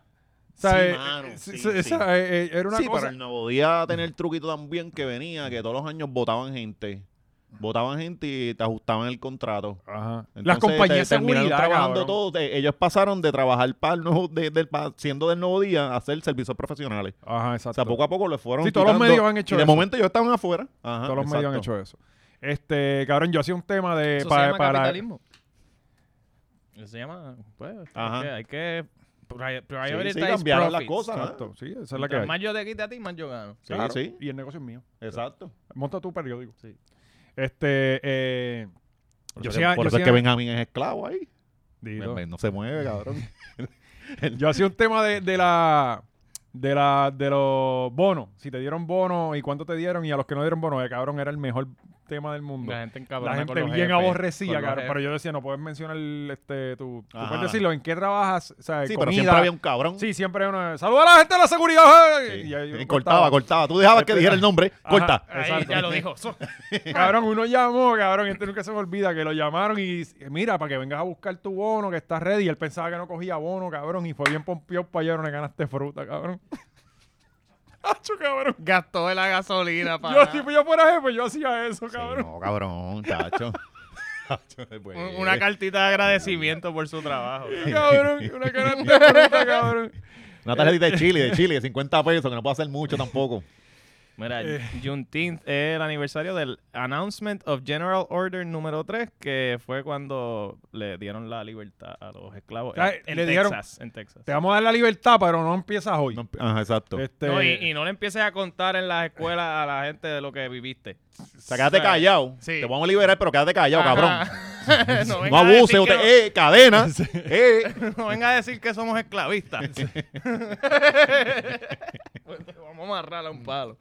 O sea, Sí, eh, mano, eh, sí, se- sí. esa, eh, eh, era una sí, cosa... pero el nuevo día tener el truquito también que venía, que todos los años votaban gente. Votaban gente y te ajustaban el contrato. Ajá. Las Entonces, compañías te- de terminaron seguridad, trabajando cabrón. todo. Te- ellos pasaron de trabajar para el nuevo, de- del, pa- siendo del nuevo día a ser servicios profesionales. Ajá, O sea, exacto. poco a poco le fueron. Sí, todos los quitando, medios han hecho y de eso. momento ellos estaban afuera. Ajá, Todos los medios han exacto. hecho eso. Este, cabrón, yo hacía un tema de... Eso Eh, pa- se llama para- capitalismo. Eso se llama, pues, Ajá. hay que, hay que prior- Sí, sí, prioritize cambiaron las profits. cosas. ¿eh? ajá. Exacto, sí, esa es la que Mientras hay. más yo te quite a ti, más yo gano. Sí, Claro, sí, Y el negocio es mío. exacto. Monta tu periódico. Sí. Este, eh, Por yo eso, hacía, por yo eso es hacía- que Benjamín es esclavo ahí. Dilo. Ven, No se mueve, cabrón. Yo hacía un tema de, de la de la de los bonos, si te dieron bonos y cuánto te dieron y a los que no dieron bonos, eh, cabrón, era el mejor tema del mundo. La La gente gente, encabrona con los bien jefes, aborrecía, con los cabrón, pero jefes. yo decía, no puedes mencionar este tu, tú Ajá. puedes decirlo en qué trabajas, o sea, Sí, comida. pero siempre había un cabrón. Sí, siempre hay uno, saluda a la gente de la seguridad. eh", Sí. y ahí Y uno cortaba, cortaba. Tú dejabas que dijera el nombre. Ajá. Corta. Ahí Exacto. ya lo dijo. So- Cabrón, uno llamó, cabrón, y este nunca se me olvida que lo llamaron y eh, mira, para que vengas a buscar tu bono que está ready. Y él pensaba que no cogía bono, cabrón, y fue bien pompeado para allá, no le ganaste fruta, cabrón. Hacho, cabrón. Gastó de la gasolina para Yo, si yo fuera jefe, yo hacía eso, Sí, cabrón. no, cabrón, chacho. Chacho, pues. un- una cartita de agradecimiento por su trabajo. Cabrón, una canasta de fruta, cabrón. Una tarjetita de Chile, de Chile, de 50 pesos, que no puedo hacer mucho tampoco. Mira, Eh. Juneteenth es el aniversario del Announcement of General Order número 3, que fue cuando le dieron la libertad a los esclavos en, Ah, en le dieron- Texas. En Texas. Te vamos a dar la libertad, pero no empiezas hoy. No, ajá, exacto. Este, No, y, y no le empieces a contar en las escuelas a la gente de lo que viviste. O sea, quédate callado. Sí. Te vamos a liberar, pero quédate callado, cabrón. cabrón. no No venga a decir abuse, que usted, no- eh, cadena. eh. No venga a decir que somos esclavistas. Pues te vamos a amarrar a un palo.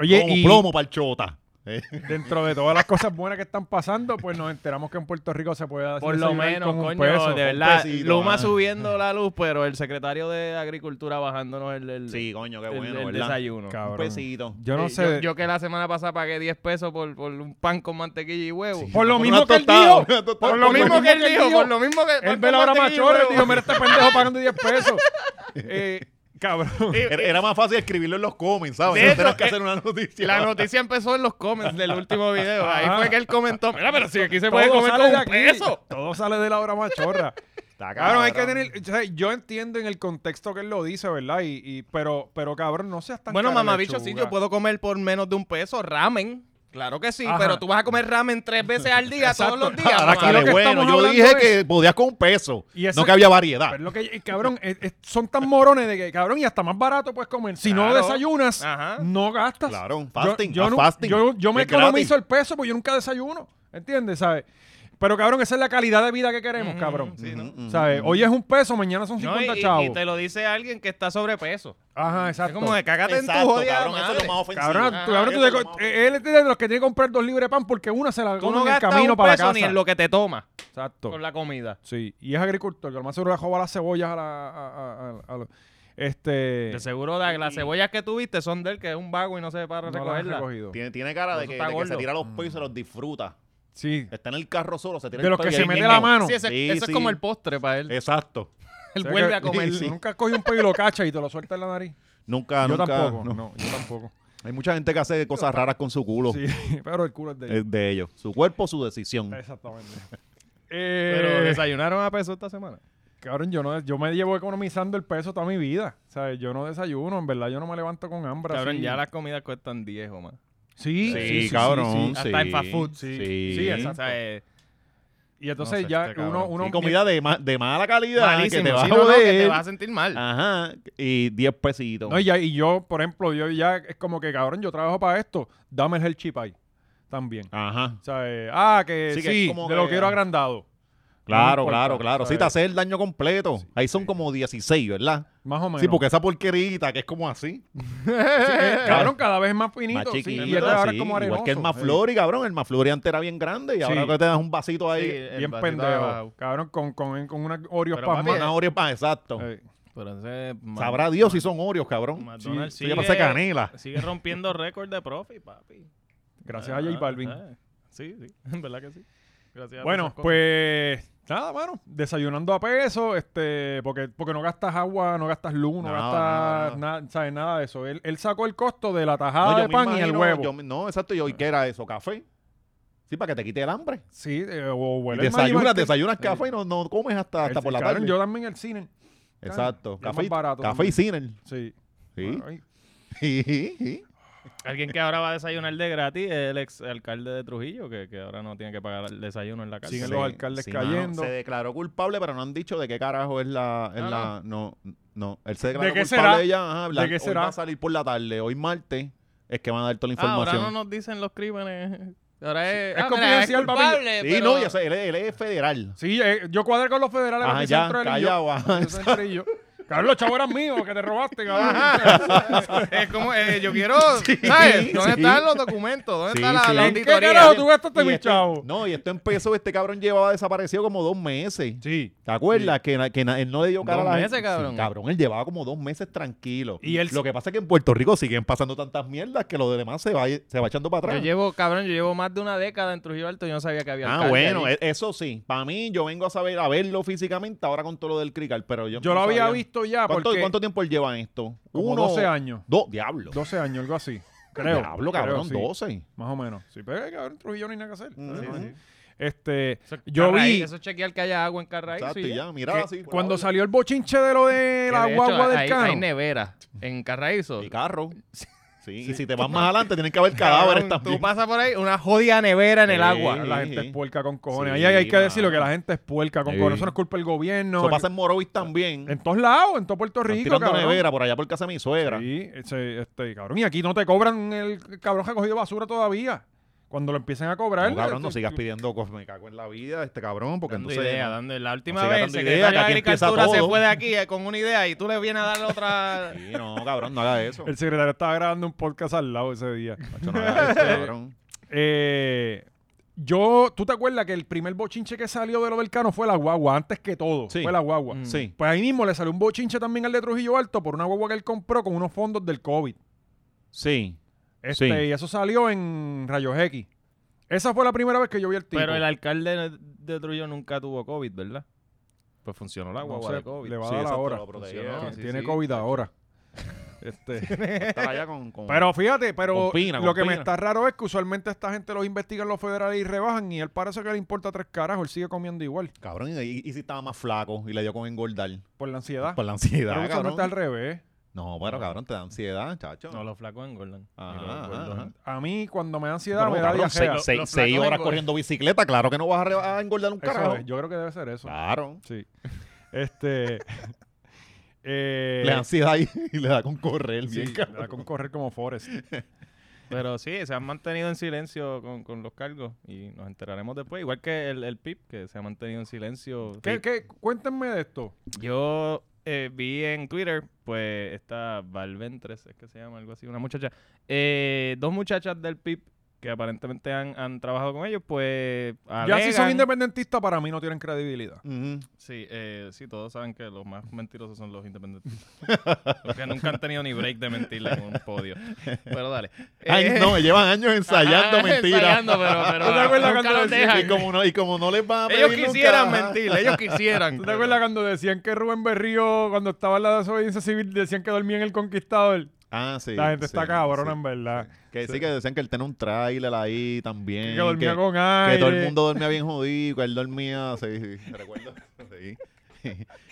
Oye, plomo, y plomo para el chota. Eh. dentro de todas las cosas buenas que están pasando, pues nos enteramos que en Puerto Rico se puede hacer Por lo menos, con un coño, peso. de verdad. pesito, Luma ah. subiendo la luz, pero el secretario de Agricultura bajándonos el, el- Sí, coño, qué el- bueno, el ¿verdad? desayuno. Un Cabrón. pesito. Yo no Eh, sé. Yo, yo que la semana pasada pagué 10 pesos por, por un pan con mantequilla y huevo. Por lo Una mismo que él tostada, dijo. una tostada. Por lo mismo que él dijo. por lo mismo que. pan Él con ve la hora mantequilla y machorra y huevo. dijo, mira este pendejo pagando 10 pesos. Eh, Cabrón. Y- Era, y- era más fácil escribirlo en los comments, ¿sabes? De No hecho, tenías que eh, hacer una noticia. La noticia empezó en los comments del último video. Ahí Ajá. fue que él comentó. Mira, pero si aquí se puede Todo comer sale con de un aquí. peso. Todo sale de la hora machorra. Está Cabrón, hay que tener. o sea, yo entiendo en el contexto que él lo dice, ¿verdad? Y, y- pero, pero cabrón, no seas tan. Bueno, cara mamabicho, sí, lechuga. yo puedo comer por menos de un peso ramen. Claro que sí, Ajá. pero tú vas a comer ramen tres veces al día, todos los días. Ah, Ahora mamá. aquí lo sale, que bueno, estamos yo hablando dije es- que podías con un peso, Y ese- no que había Ah. variedad. Pero es lo que, y, cabrón, es- es- son tan morones de que, cabrón, y hasta más barato puedes comer. Si no Claro. desayunas, Ajá. no gastas. Claro, un Yo- fasting, Yo, haz nu- fasting, yo- yo me es gratis. economizo el peso porque yo nunca desayuno. ¿Entiendes? ¿Sabes? Pero, cabrón, esa es la calidad de vida que queremos, Ujú, cabrón. sí, ¿no? Ujú, ujú. ¿Sabes? Hoy es un peso, mañana son No, 50 y- y, chavos. y te lo dice alguien que está sobrepeso. Ajá, Es exacto. como de ah, cágate en tu Exacto, jodida cabrón, eso es madre. lo más ofensivo. Ah, Cabrón, Ajá, tú, cabrón, tú eso es te lo co- más eh, él es de los que tiene que comprar dos libres de pan porque una se la Tú come no en el gastas camino un para la peso casa. ni en lo que te tomas Exacto. con la comida. Sí, y es agricultor, que lo más seguro le joba las cebollas a la. a- a- a- a lo- este. De seguro la- las cebollas que tuviste son del que es un vago y no se no para las han recogerlas. recogido. Tiene, tiene cara de Eso que, está de que se gordo. tira los pesos y los disfruta. Sí. Está en el carro solo, se tira Mm. De el los que peso y se ahí mete mismo. la mano. Sí, ese- Sí, eso sí. es como el postre para él. Exacto. O Él sea vuelve que- a comer. sí, sí. Nunca has cogido un pelo cacha y te lo suelta en la nariz. Nunca, yo Ah, nunca. tampoco. No. no. yo tampoco. Hay mucha gente que hace cosas raras con su culo. Sí, pero el culo es de ellos. Es de ellos. Su cuerpo, su decisión. Exactamente. Pero Eh, desayunaron a peso esta semana. cabrón, yo, no, yo me llevo economizando el peso toda mi vida. ¿sabes? Yo no desayuno, en verdad, yo no me levanto con hambre. Cabrón, así. ya las comidas cuestan 10 o más. Sí, Sí, sí, sí, sí, cabrón. sí. Hasta sí. en fast food, sí. Sí, Sí, O exacto. sea, eh, Y entonces No sé, ya este cabrón. uno, uno Y comida de, ma- de mala calidad malísimo. que te va sí, a no, no, que joder. Ah, te vas a sentir mal. Ajá. Y 10 pesitos. No, y, ya- y yo, por ejemplo, yo ya es como que, cabrón, yo trabajo para esto, dame el healthy pie también. Ajá. O sea, eh, ah, que sí, Sí, que es como te lo que- quiero agrandado. Claro, importa, claro, claro. Sí, ¿sabes? te hace el daño completo. Ahí son como 16, ¿verdad? Más o menos. Sí, porque esa porquerita que es como así. Sí, eh, cabrón, cada vez es más finito. más sí, chiquita. y este ahora sí, es como igual arenoso. que el sí. Maflori, cabrón. El Maflori antes era bien grande y ahora Sí. que te das un vasito ahí. Eh, Bien pendejo. Cabrón, con, con, con unas Oreos Pero, papi, pasmadas. Una Oreo pa- exacto. Eh, Pero ese man- Sabrá Dios si son Oreos, cabrón. McDonald's Eso ya parece canela. sigue rompiendo récord de profit, papi. Gracias a J Ah, Balvin. ah, Sí, sí, en verdad que sí. Gracias a Bueno, esas cosas. pues nada, mano. Desayunando a peso, este, porque, porque no gastas agua, no gastas luz, no, No, gastas no, no. nada, ¿sabes? nada de eso. Él, él sacó el costo de la tajada No, yo Ah, de me pan y el imagino- huevo. yo me- no, exacto. Yo, ¿y qué era eso? ¿Café? Sí, para que te quite el hambre. Sí, eh, o Y huele desayunas, Magic desayunas Sí. café y no, no comes hasta, Martin. hasta El- por la cabrón, tarde. Yo también en el cine. Exacto. es más Café, barato café y ciner. Sí. Sí. Ay, Sí, sí. alguien que ahora va a desayunar de gratis es el ex alcalde de Trujillo, que, que ahora no tiene que pagar el desayuno en la cárcel. Siguen Sí, los alcaldes sí, cayendo. mano. se declaró culpable, pero no han dicho de qué carajo es la. es Ah, la- no. no, Él se declaró ¿De qué culpable será? ya. ajá, la- ¿De qué hoy será? va a salir por la tarde. Hoy martes es que van a dar toda la Ah, ahora información. no nos dicen los crímenes. Ahora es, Es ah, mira, confidencial, papi. culpable, sí, eh, pero- no, ya sé, él, es- él es federal. Sí, eh, yo cuadré con los federales Ajá, aquí ya, centro del callado. ajá. Yo soy centrillo. Cabrón, los chavos eran míos que te robaste, cabrón. Es como, eh, yo quiero, Sí, ¿sabes? ¿Dónde sí. están los documentos? ¿Dónde Sí, está la, sí. la ¿En qué auditoría? carajo tú gastaste Y mi esto- chavo? No, y esto empezó, este cabrón llevaba desaparecido como dos meses. Sí. ¿Te acuerdas? Que, na- que na- él no le dio cara Dos a la meses, cabrón. Sí, cabrón, él llevaba como dos meses tranquilo. Y él- Lo que pasa es que en Puerto Rico siguen pasando tantas mierdas que lo demás se va, se va echando para Yo atrás. llevo, cabrón, yo llevo más de una década en Trujillo Alto y yo no sabía que había Ah, alcalde bueno, allí. e- eso sí. Para mí, yo vengo a saber a verlo físicamente ahora con todo lo del crical, pero yo Yo no lo había sabía. visto ya ¿Cuánto, porque cuánto tiempo él lleva en esto? como Uno, 12 años. Dos, diablo. 12 años, algo así. Creo. diablo, creo, cabrón, sí, 12. Más o menos. Sí, pero eh, cabrón, Trujillo no hay nada que hacer. Ujú. Sí, sí. Este, Eso es yo Carraíz, vi Eso es chequear que haya agua en Carraíz. Exacto, sí, y ya. ya, mira, que así, por cuando la- salió el bochinche de lo de Que la de hecho, guagua del hay, cano. hay nevera en Carraízo. Mi carro. Sí. Y si te vas más adelante, tienen que haber cadáveres Cabrón, también. Tú pasas por ahí, una jodida nevera en el Sí. agua. la gente es puerca con cojones. Sí, Ahí hay, hay que mano. decirlo que la gente es puerca con Sí. cojones. Eso no es culpa del gobierno. Eso el- pasa en Morovis también. En todos lados, en todo Puerto Están Rico, tirando cabrón. nevera por allá por casa de mi suegra. Sí, ese- este, cabrón. Y aquí no te cobran el cabrón que ha cogido basura todavía. Cuando lo empiecen a cobrar. No, cabrón, no este, sigas pidiendo cosas. Me cago en la vida, este cabrón, porque Dando entonces. idea, dando- la última siga vez el dando idea, secretario de que aquí empieza Agricultura se todo. fue de aquí eh, con una idea y tú le vienes a dar otra... Sí, no, cabrón, no hagas eso. El secretario estaba grabando un podcast al lado ese día. Macho, no hagas eso, cabrón. Eh, yo, ¿tú te acuerdas que el primer bochinche que salió de lo del Cano fue la guagua? Antes que todo, Sí. fue la guagua. Mm. Sí. Pues ahí mismo le salió un bochinche también al de Trujillo Alto por una guagua que él compró con unos fondos del COVID. Sí. Este, Sí. Y eso salió en Rayos X. Esa fue la primera vez que yo vi el tipo. Pero el alcalde de Trujillo nunca tuvo COVID, ¿verdad? Pues funcionó la No guagua sé, de COVID. Le va a Sí, dar exacto, ahora. lo protegieron. Funcionó, Tien- sí, Tiene sí. COVID ahora. Este, Estar allá con, con- pero fíjate, pero Opina, lo que me opina. está raro es que usualmente esta gente los investigan los federales y rebajan y él parece que le importa tres carajos, él sigue comiendo igual Cabrón, y, y si estaba más flaco y le dio con engordar. por la ansiedad. Por la ansiedad, Pero Ah. eso no cabrón. está al revés. No, pero cabrón, te da ansiedad, chacho. No, los flacos engordan. Ajá, Y los ajá, gordos- ajá. A mí cuando me da ansiedad Pero, me da cabrón, diarrea. seis, seis- Los seis flacos horas engordan. corriendo bicicleta, claro que no vas a, re- a engordar un Eso carajo. es, yo creo que debe ser eso. Claro. Sí. Este. eh, Le da ansiedad y, y le da con correr sí, bien, le da cabrón. con correr como Forrest. Pero sí, se han mantenido en silencio con, con los cargos y nos enteraremos después. Igual que el, el PIP, que se ha mantenido en silencio. ¿Qué, qué? Cuéntenme de esto. Yo eh, vi en Twitter, pues, esta Valventres, es que se llama algo así, una muchacha. eh, dos muchachas del PIB que aparentemente han, han trabajado con ellos, pues. Ya si son alegan- independentistas, para mí no tienen credibilidad. Ujú. Sí, eh, sí, todos saben que los más mentirosos son los independentistas. Porque nunca han tenido ni break de mentirle en un podio. Pero dale. Ay, Eh, no, me llevan años ensayando ajá, mentiras. ensayando, pero, pero ¿Tú te acuerdas nunca cuando los decían dejan. Y como no, y como no les van a Ellos pedir nunca, quisieran ajá. mentir, ellos quisieran. ¿Tú te acuerdas cuando decían que Rubén Berrío, cuando estaba en la desobediencia civil, decían que dormía en el Conquistador? Ah, sí. la gente sí, está cabrona, sí. en verdad. Que sí, que decían que él tenía un trailer ahí también. Que dormía que- con aire. Que todo el mundo dormía bien jodido, que él dormía, sí, sí, me recuerdo. Sí.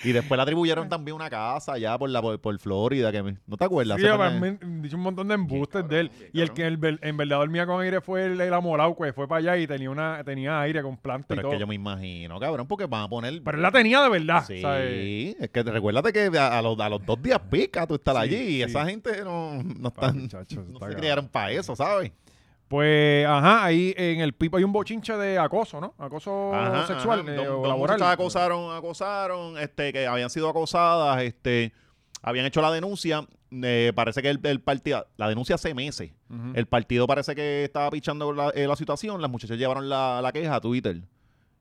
Y después le atribuyeron también una casa allá por la por, por Florida, que me- ¿no te acuerdas? Sí, Se me fue- han men- dicho un montón de embustes cabrón, de él. bien Y el cabrón. que el ver- en verdad dormía con aire fue el, el amolao, que fue para allá y tenía una tenía aire con planta y Pero es todo. que yo me imagino, cabrón, porque van a poner... Pero él la tenía de verdad. sí, ¿sabes? es que te- recuérdate que a, a los, a los dos días pica tú estar Sí, allí y sí. esa gente no, no Pa, están... muchachos, no Pues está se cabrón. criaron para eso, ¿sabes? Pues, ajá, ahí en el pipo hay un bochinche de acoso, ¿no? Acoso Ajá, sexual ajá. eh, Dos- o dos laboral. muchachas acosaron, acosaron, este, que habían sido acosadas, este, habían hecho la denuncia. eh, parece que el, el partido, la denuncia hace meses. Ujú. El partido parece que estaba pichando la, eh, la situación. Las muchachas llevaron la, la queja a Twitter.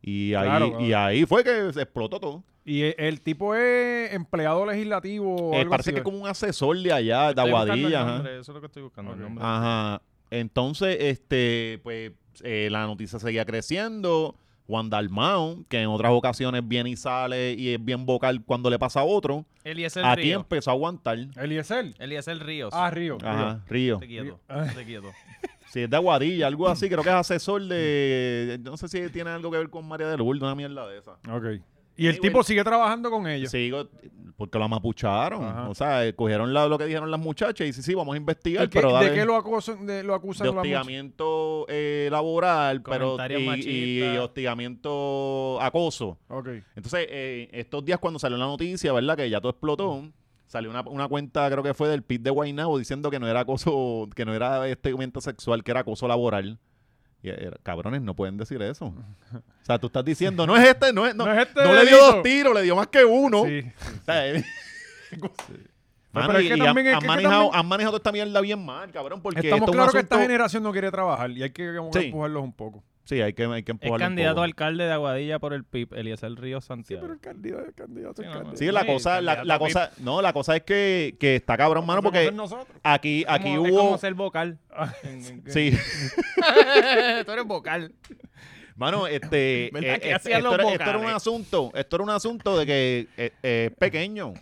Y ahí, Claro, claro. y ahí fue que se explotó todo. Y e- el, tipo es empleado legislativo. o Eh, algo parece así, que es ¿ves? como un asesor de allá, de Estoy buscando el Aguadilla. ajá. nombre, Eso es lo que estoy buscando. el Ok. Ah, nombre. Ajá. Entonces, este, pues, eh, la noticia seguía creciendo. Juan Dalmau, que en otras ocasiones viene y sale y es bien vocal cuando le pasa a otro, Eliezer aquí Ríos. empezó a aguantar. Eliezer. Eliezer Ríos. Ah, Río. Río. Ajá, Río. Te quieto, Ah. te quieto. Si es de Aguadilla, algo así, creo que es asesor de. No sé si tiene algo que ver con María de Lourdes, una mierda de esa. Ok. Y el Anyway. tipo sigue trabajando con ellos. Sigo, porque lo amapucharon. Ajá. O sea, eh, cogieron la- lo que dijeron las muchachas y sí, sí, vamos a investigar, ¿El que- pero dale. ¿De qué lo, acosan, de, lo acusan? la de muchacha? hostigamiento eh, laboral, pero Comentarios y, y machistas. hostigamiento acoso. Ok. Entonces, eh, estos días cuando salió la noticia, ¿verdad? Que ya todo Mm. explotó. Salió una, una cuenta, creo que fue del PIT de Guaynabo, diciendo que no era acoso, que no era hostigamiento sexual, que era acoso laboral. Y, eh, cabrones, no pueden decir eso. O sea, tú estás diciendo, no es este, no es, no, No es este no le dio delito. dos tiros, le dio más que uno. Sí. O sea, eh, Mano, Pero es y- que y también es han, han que- que manejado, también- han manejado esta mierda bien mal, cabrón, porque Estamos esto es un claros que esta asunto- generación no quiere trabajar y hay que como que Sí. empujarlos un poco. Sí, hay que, hay que Es empujarlo un candidato poco. a alcalde de Aguadilla por el PIB, Eliezer Ríos Sí, pero Santiago. el candidato, el candidato, el Sí, no, candidato. no. Sí, la Sí, cosa, la, candidato la a cosa, no, la cosa es que, que está cabrón, mano, Vamos a porque ser nosotros. aquí, Es aquí como- Es hubo, como ser vocal. sí, Tú eres vocal. mano, este, ¿Verdad eh, que este- hacían esto, los era, esto era un vocales? asunto, esto era un asunto de que eh, eh, es pequeño,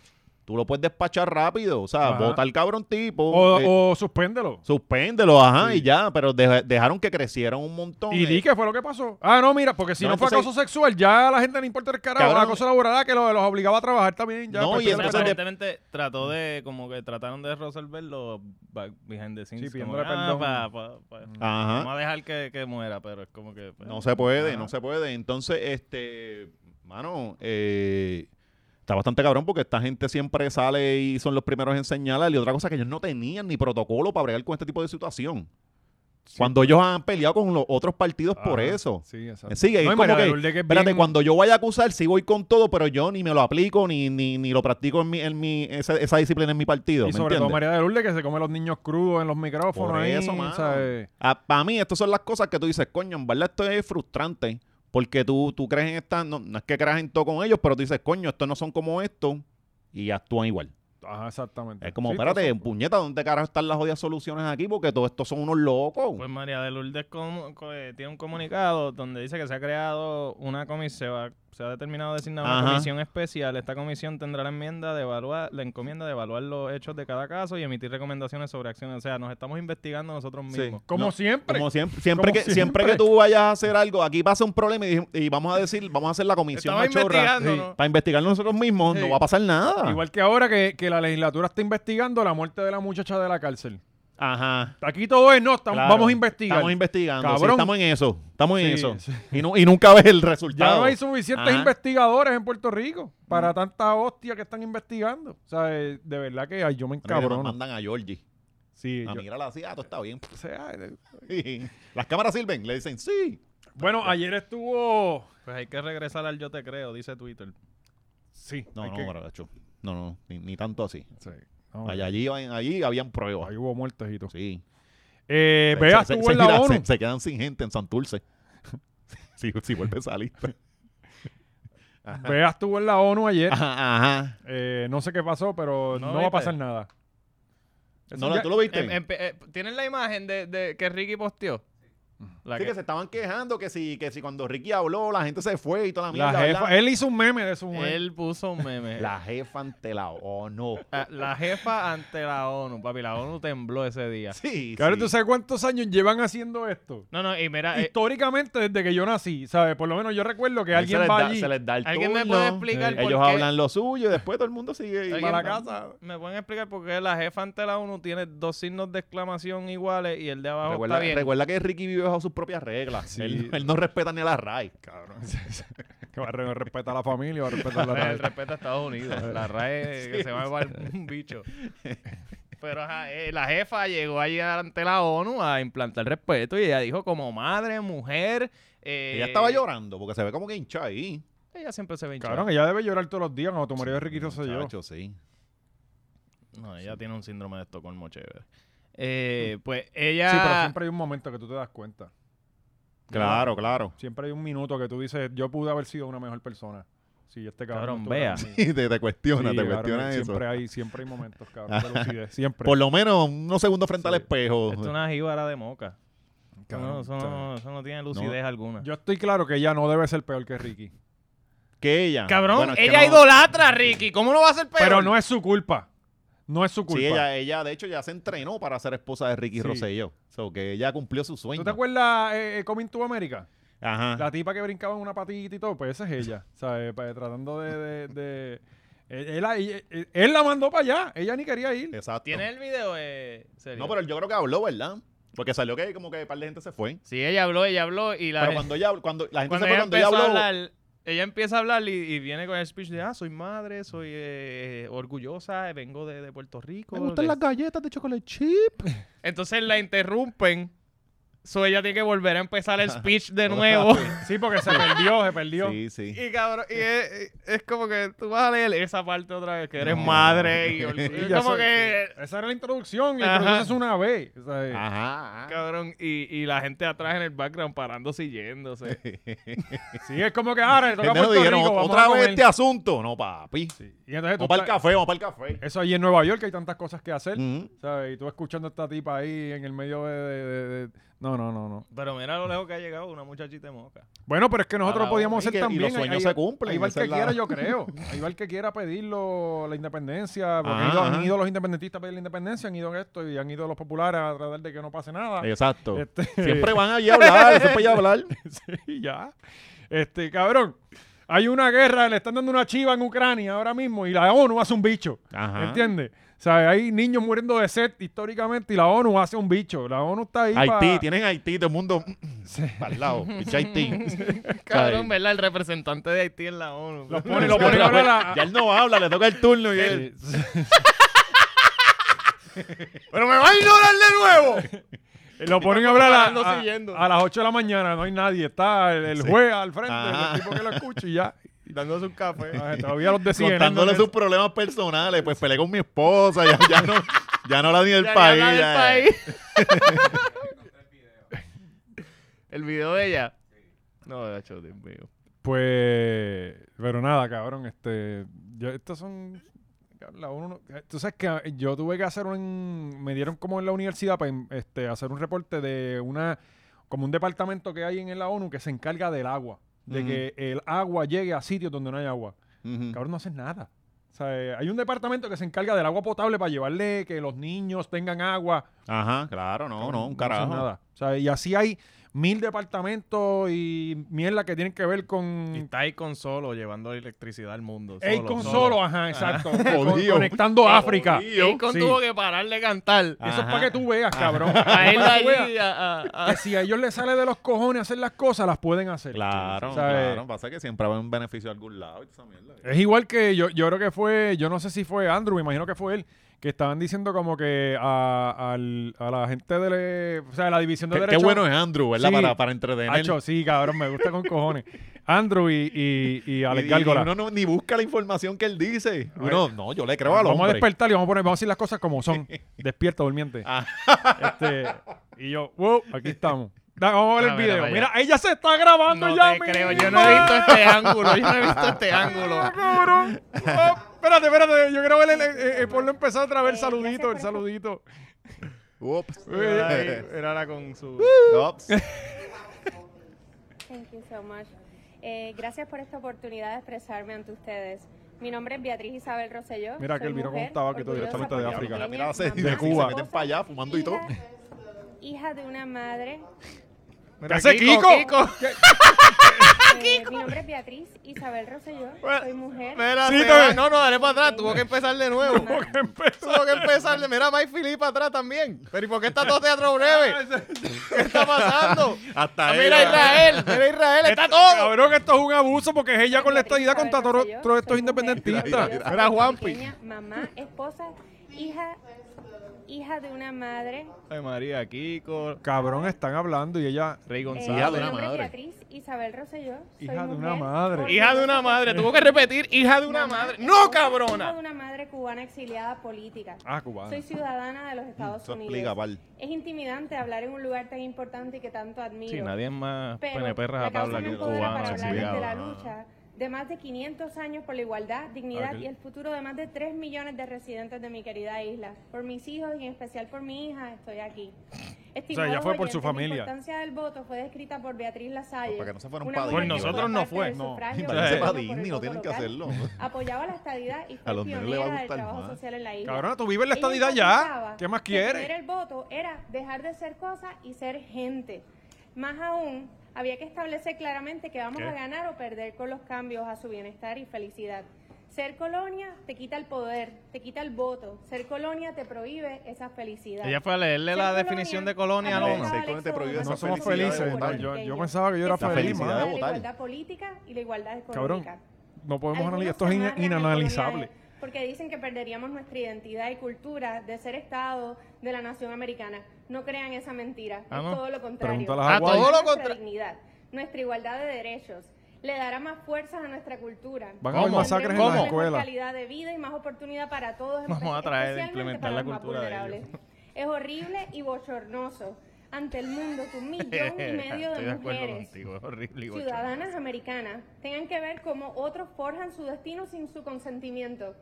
tú lo puedes despachar rápido, o sea, Ajá. vota al cabrón tipo, O, eh, o suspéndelo. suspéndelo, ajá, Sí. y ya, pero deja- dejaron que crecieran un montón. Y eh, di que fue lo que pasó. Ah, no, mira, porque si no, No, fue entonces- acoso sexual, ya a la gente no importa el carajo. Cabrón. La cosa laboral era que lo- los obligaba a trabajar también. Ya No, pues, y pero- entonces- pero- aparentemente trató de, como que trataron de resolverlo back- behind the scenes. Sí, como, pidiéndole perdón. pa- pa- pa- Ajá. Vamos a dejar que, que muera, pero es como que... pues, Ah. No se puede, ajá. no se puede. Entonces, este, mano, eh, está bastante cabrón porque esta gente siempre sale y son los primeros en señalar. Y otra cosa que ellos no tenían ni protocolo para bregar con este tipo de situación. Cuando ellos han peleado con los otros partidos por Ajá. eso. Ah, Sí, exacto. Sí, es No, y como María de que, Lourdes que es espérate, bien- cuando yo vaya a acusar, sí voy con todo, pero yo ni me lo aplico, ni, ni, ni lo practico en mi, en mi, esa, esa disciplina en mi partido. Y ¿me sobre todo entiendes? María de Lourdes que se come los niños crudos en los micrófonos. Por ahí, eh, eso, mano. ¿sabes? Para Ah, mí, estas son las cosas que tú dices, coño, en verdad esto es frustrante. Porque tú, tú crees en esta, no, no es que creas en todo con ellos, pero tú dices, coño, estos no son como estos y actúan igual. Ajá, exactamente. Es como, Sí, espérate, todo eso. puñeta, ¿dónde carajo están las jodidas soluciones aquí? Porque todos estos son unos locos. Pues María de Lourdes com- co- eh, tiene un comunicado donde dice que se ha creado una comisión, se, va- se ha determinado designar una Ajá. comisión especial. Esta comisión tendrá la enmienda de evaluar, la encomienda de evaluar los hechos de cada caso y emitir recomendaciones sobre acciones. O sea, nos estamos investigando nosotros Sí. mismos. Como No, siempre. Como siempre, siempre, Como que, siempre. siempre. que tú vayas a hacer algo, aquí pasa un problema y, y vamos a decir, vamos a hacer la comisión Estamos machorra investigando, sí, ¿no? para investigar nosotros mismos, Sí. no va a pasar nada. Igual que ahora que, que la legislatura está investigando la muerte de la muchacha de la cárcel. Ajá. Aquí todo es, no, estamos, claro. vamos a investigar. Estamos investigando, sí, Cabrón. estamos en eso, estamos en Sí, eso. sí. Y, nu- y nunca ves el Ya resultado. no hay suficientes Ajá. Mm. investigadores en Puerto Rico para tanta hostia que están investigando. O sea, eh, de verdad que ay, yo me Bueno, que nos encabrono. mandan a Georgie. Sí, A yo- mirar así, ah, todo está bien. o sea, eh, Las cámaras sirven, le dicen sí. bueno, ayer estuvo... Pues hay que regresar al yo te creo, dice Twitter. Sí. No, hay no, que- Maracacho. no, no, ni, ni tanto así. sí, no, Allá, allí, allí habían pruebas. ahí hubo muertes y todo. Sí. Eh, Se- Bea se- estuvo se en la gira- ONU. se- se quedan sin gente en Santurce. si, si vuelve a salir. Bea estuvo en la ONU ayer. Ajá, ajá. Eh, no sé qué pasó, pero No, no, va viste. a pasar nada. Eso No, ya- ¿Tú lo viste? Em- em- eh, ¿Tienen la imagen de, de que Ricky posteó? La Sí, que que- se estaban quejando que si, que si cuando Ricky habló, la gente se fue y toda la la mierda. jefa- eh. ¿verdad? él hizo un meme de su mujer. Él puso un meme. La jefa ante la ONU. Ah, la jefa ante la ONU, papi. La ONU tembló ese día. Sí, Claro, sí. Ah, ¿tú sabes cuántos años llevan haciendo esto? No, no, y mira, eh, Históricamente, desde que yo nací, ¿sabes? Por lo menos yo recuerdo que Ahí alguien se les va da- allí. se les da el ¿Alguien me turno, puede explicar por Eh, Ellos qué? hablan lo suyo y después todo el mundo sigue y ¿Alguien va a la me- casa. ¿Me pueden explicar por qué la jefa ante la ONU tiene dos signos de exclamación iguales y el de abajo Recuerda, está bien? recuerda que Ricky vive bajo sus propias reglas. Sí. Él, él no respeta ni a la RAI. Cabrón. que va a re- respetar a la familia, va a respetar la El tradición. respeto a Estados Unidos. La RAE que se va a llevar un bicho. Pero ajá, eh, la jefa llegó allí ante la ONU a implantar respeto y ella dijo como madre, mujer... eh, Ella estaba llorando porque se ve como que hincha ahí. Ella siempre se ve hinchada. Cabrón, ella debe llorar todos los días cuando tu marido es riquito soy yo. Muchacho, sí. No, ella tiene un síndrome de Estocolmo chévere. Eh, pues ella... Sí, pero siempre hay un momento que tú te das cuenta. Claro, claro. Siempre hay un minuto que tú dices, yo pude haber sido una mejor persona. Si este cabrón. Cabrón, no estuviera vea. conmigo. Y te, te cuestiona, Sí, te cabrón, cuestiona eso. Siempre hay, siempre hay momentos, cabrón, de lucidez. Siempre. Por lo menos unos segundos frente al Sí. espejo. Esto es una jíbara de moca. Eso Cabrón, no, eso, no, eso no tiene lucidez alguna. Yo estoy claro que ella no debe ser peor que Ricky. Que ella. Cabrón, bueno, es que ella no- idolatra a Ricky. ¿Cómo no va a ser peor? Pero no es su culpa. No es su culpa. Sí, ella, ella, de hecho, ya se entrenó para ser esposa de Ricky Sí. Rosselló. So, que ella cumplió su sueño. ¿Tú te acuerdas eh, eh, Coming to America? Ajá. La tipa que brincaba en una patita y todo, pues esa es ella. ¿Sabes? Pa- Tratando de. de- de- Él, él la- él- él- él la mandó para allá. Ella ni quería ir. Exacto. ¿Tiene el video? Eh, serio? No, pero yo creo que habló, ¿verdad? Porque salió que como que un par de gente se fue. Sí, ella habló, ella habló y la Pero cuando ella, cuando la gente cuando se fue, ella cuando empezó ella habló, a hablar, ella empieza a hablar y, y viene con el speech de, ah, soy madre, soy eh, orgullosa, eh, vengo de, de Puerto Rico. de- galletas de chocolate chip. Entonces la interrumpen. So ella tiene que volver a empezar el speech de nuevo. Sí, porque se perdió, se perdió. Sí, sí. Y cabrón, y es, es como que tú vas a leer esa parte otra vez, que eres No. madre y, Y orgullo- ya como se- que Esa era la introducción. La Ajá. introducción es una vez. ¿sabes? Ah. Ajá. ajá. cabrón, y, y la gente atrás en el background parándose y yéndose. Sí, es como que ahora le toca a Gente nos Puerto dijeron, Rico. Vamos otra a vez comer. este asunto. No, papi. Sí, Y entonces tú Vamos para el estás- café, vamos para el café. Mm. Eso allí en Nueva York, que hay tantas cosas que hacer. Ujú. ¿Sabes? Y tú escuchando a esta tipa ahí en el medio de, de- de- de- No, no, no, no. Pero mira lo lejos que ha llegado una muchachita de moca. Bueno, pero es que A nosotros la podíamos hora. Y hacer que- y también. los sueños se cumplen, Ahí va el esa que es la- quiera, yo creo. Ahí va el que quiera pedirlo, la independencia. Porque Ajá, han ido- ajá. han ido los independentistas a pedir la independencia, han ido esto y han ido los populares a tratar de que no pase nada. Exacto. Este- Siempre van allí a hablar, siempre allí a hablar. sí, ya. Este, cabrón. Hay una guerra, le están dando una chiva en Ucrania ahora mismo y la ONU hace un bicho. Ajá. ¿Entiendes? O sea, hay niños muriendo de sed históricamente y la ONU hace un bicho. La ONU está ahí Haití, pa- tienen Haití, todo el mundo para el lado. Picha Haití. Cabrón, Ay. ¿verdad? El representante de Haití en la ONU. Los pone, lo pone ahora la... Ya él no habla, le toca el turno y él. ¡Pero me va a ignorar de nuevo! Eh, Lo ponen a hablar a, Parando, a- siguiendo. a las 8 de la mañana, no hay nadie. Está el, el juez al frente, Ajá. el tipo que lo escucha y ya. Dándose un café. Ah, Todavía los deciden. Contándole sus problemas personales. Pues peleé con mi esposa, ya, ya no, ya no habla ni del país. ya. el video de ella. No, de hecho, Dios mío. Pues, pero nada, cabrón. Este, yo- estos son la uno no- Tú sabes que yo tuve que hacer un. Me dieron como en la universidad para este, hacer un reporte de una. Como un departamento que hay en la ONU que se encarga del agua. De Ujú. que el agua llegue a sitios donde no hay agua. Ujú. Cabrón, no haces nada. O sea, eh, hay un departamento que se encarga del agua potable para llevarle que los niños tengan agua. Ajá, claro, no, Cabrón, no, un haces carajo. nada. O sea, y así hay mil departamentos y mierda que tienen que ver Y con. está ahí con solo llevando electricidad al mundo. Ey, con solo, ajá, exacto. Con- Ah. Jodido. conectando a ¡Oh, África. Icon Sí. tuvo que parar de cantar. Eso es Ajá. para que tú veas, cabrón. A él Para que tú allí, veas a- a- a- que si a ellos les sale de los cojones hacer las cosas, las pueden hacer. Claro, ¿Sabes? Eh, claro. Pasa que siempre va un beneficio a algún lado. y esa mierda. Es igual que yo, yo creo que fue, yo no sé si fue Andrew, me imagino que fue él, que estaban diciendo como que a, al- a la gente de, le- o sea, la división de Qué, qué derechos. bueno es Andrew, ¿verdad? Sí. Para, para entretener. Hacho, sí, cabrón, me gusta con cojones. Andrew y, y, y Y- Alex y Gárgola. uno no, ni busca la información que él dice. A ver. Uno, no, yo le creo al Vamos a hombre. despertar y vamos a poner, vamos a decir las cosas como son. Despierta, durmiente. Ah. Este, y yo, wow, aquí estamos. Da, vamos a ver Ah, el mira video. para Mira, ella se está grabando No ya. te creo, yo no misma. he visto este ángulo, yo no he visto este ángulo. Cabrón. Ah, espérate, espérate. Yo quiero ver el, eh, eh, ponlo a empezar otra vez el saludito, el saludito. Ups. Era ahí, era ahora con su... Ups. Thank you so much. Eh, gracias por esta oportunidad de expresarme ante ustedes. Mi nombre es Beatriz Isabel Rosselló. Mira soy aquel, mira cómo mujer, estaba, que todavía está orgullosa mitad de puertorriqueña, África. Mira, se- mamá, de Cuba. esposa, Se meten pa' allá, fumando y todo. hija- Hija de una madre. ¿Qué hace Kiko? Eh, mi nombre es Beatriz Isabel Rosselló. Soy mujer. Mira, Sí, se ah, te- va. no, no, dale para atrás, tuvo que empezar de nuevo. Tuvo que empezar. Tuvo que empezar de- Mira, Mike Philip para atrás también. Pero ¿y por qué está todo teatro breve? ¿Qué está pasando? Hasta Ah, ahí. mira Israel, mira Israel, está todo. Cabrón, que esto es un abuso porque es ella con la Beatriz estadía contra Isabel todos Rosselló, todos estos soy mujer, independentistas. orgullosa Era Juanpi. puertorriqueña, Mamá, esposa, hija, hija de una madre. Ay, María, Kiko, Cabrón, están hablando y ella. Rey Eh, Hija de mi una nombre es madre. Beatriz Isabel Rosselló. soy Hija de una mujer, madre. Hija de una madre, tuvo que repetir, hija de una madre. ¡No, Hija cabrona! de una madre cubana exiliada política. Ah, cubana. Soy ciudadana de los Estados Eso Unidos. explica, pal. Es intimidante hablar en un lugar tan importante y que tanto admiro. Sí, nadie es más Pero PNP la causa rajatabla me que el empodera cubano. para eso hablarles sí. de la obligado, ¿no? lucha de más de 500 años por la igualdad, dignidad y el futuro de más de 3 millones de residentes de mi querida isla. Por mis hijos y en especial por mi hija, estoy aquí. Estimados ella fue por su oyentes, familia. La importancia del voto fue descrita por Beatriz Pues Lasalle. Para que no se fuera un una padín. mujer Por que nosotros no parte fue, del no. sufragio Para que sepa y del voto por el Disney, no voto tienen que local, hacerlo. Apoyaba la estadidad y A fue los nenes les va a pionera del gustar trabajo más. social en la isla. Cabrón, tú vives la Ella estadidad enfatizaba ya. ¿Qué más que Tener quieres? el voto era dejar de ser cosa y ser gente. Más aún, había que establecer claramente que vamos ¿Qué? a ganar o perder con los cambios a su bienestar y felicidad. Ser colonia te quita el poder, te quita el voto. Ser colonia te prohíbe esa felicidad. Ella fue a leerle Ser la colonia definición de colonia, apoyaba ¿no? Sí. el Ser colonia te éxodo prohíbe de esa No somos los felicidad de felices. votar. Yo, yo pensaba que yo era Esa feliz. felicidad mano. de La votar. igualdad política y la igualdad económica. Cabrón, no podemos Algunos analizar. Esto es se ina- amarran a inanalizable. coloniales Porque dicen que perderíamos nuestra identidad y cultura de ser Estado de la nación americana. No crean esa mentira. Ah, es no. todo lo contrario. Pregúntale a Perderá Hawái. Ah, todo lo nuestra contra- dignidad, nuestra igualdad de derechos. Le dará más fuerzas a nuestra cultura. Van a haber ¿Cómo? masacres en ¿Cómo? las Tendremos mejor escuelas. calidad de vida y más oportunidad para todos. Vamos a espe- traer de especialmente implementar para la los más cultura de ellos. vulnerables. Es horrible y bochornoso. Ante el mundo que un millón y medio Estoy de de acuerdo mujeres contigo, es horrible. y bochornoso. ciudadanas americanas tengan que ver cómo otros forjan su destino sin su consentimiento.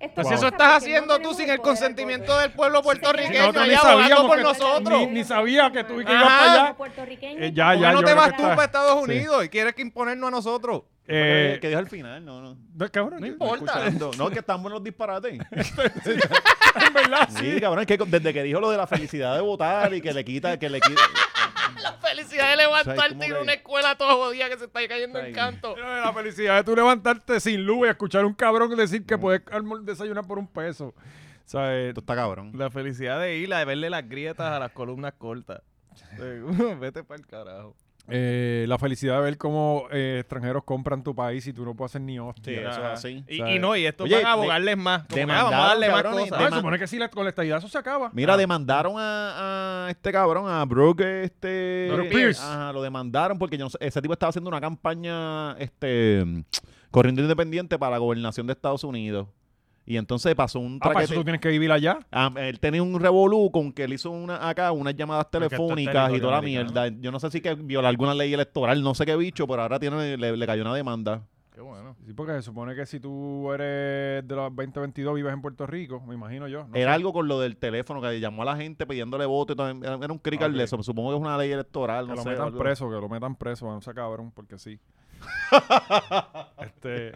Esto Pues Wow. eso pasa estás porque no haciendo tú tenemos sin el el poder consentimiento voto. del pueblo puertorriqueño Sí, nosotros y ni abogando sabíamos por que- nosotros. ni- ni sabía que tú que ibas Ajá. para allá. Puertorriqueña Eh, ya, y ¿Por qué yo no te creo vas que tú está- para Estados sí. Unidos y quieres que imponernos a nosotros? Eh, que dijo al final, no, no. no, cabrón, no yo- importa. Escuchando. No, es que están buenos los disparates. en verdad, sí. Sí, cabrón, es que desde que dijo lo de la felicidad de votar y que le quita, que le quita. La felicidad de O sea, levantarte ¿cómo en que- una escuela todo jodida que se está cayendo Ay. en canto. Pero de La felicidad de tú levantarte sin luz y escuchar a un cabrón decir que puedes almor- desayunar por un peso. O sea, eh, Esto está cabrón. La felicidad de Ila de verle las grietas a las columnas cortas. Sí, Vete para el carajo. eh, la felicidad de ver cómo eh, extranjeros compran tu país y tú no puedes hacer ni hostia. Sí, eso es Ajá. así. Y, ¿Sabes? y no, y esto Oye, van a de- abogarles más. Como que, ah, vamos a demandaron, darle más cabrones, Ah, cosas. se deman- supone que si la, con la estadidad eso se acaba. Mira, Ah, demandaron a, a este cabrón, a Brooke, este... Brooke Pierce. Ajá, lo demandaron porque yo no sé, ese tipo estaba haciendo una campaña, este, corriendo independiente para la gobernación de Estados Unidos. Y entonces pasó un ah, para eso tú traquete- tienes que vivir allá. Ah, él tenía un revolú con que él hizo una acá unas Ah, llamadas Porque esto es telefónicas y toda la territorio mierda. Yo no sé si que viola alguna ley electoral, no sé qué bicho, pero ahora tiene, le, le cayó una demanda. Qué Qué bueno. Sí, porque se supone que si tú eres de los 2022 vives en Puerto Rico, me imagino yo. no Era sé. algo con lo del teléfono que llamó a la gente pidiéndole voto y todo. Era era un crical Ok. de eso. Supongo que es una ley electoral. Que No lo sé, metan algo. preso, que lo metan preso, no sea cabrón, porque sí. este...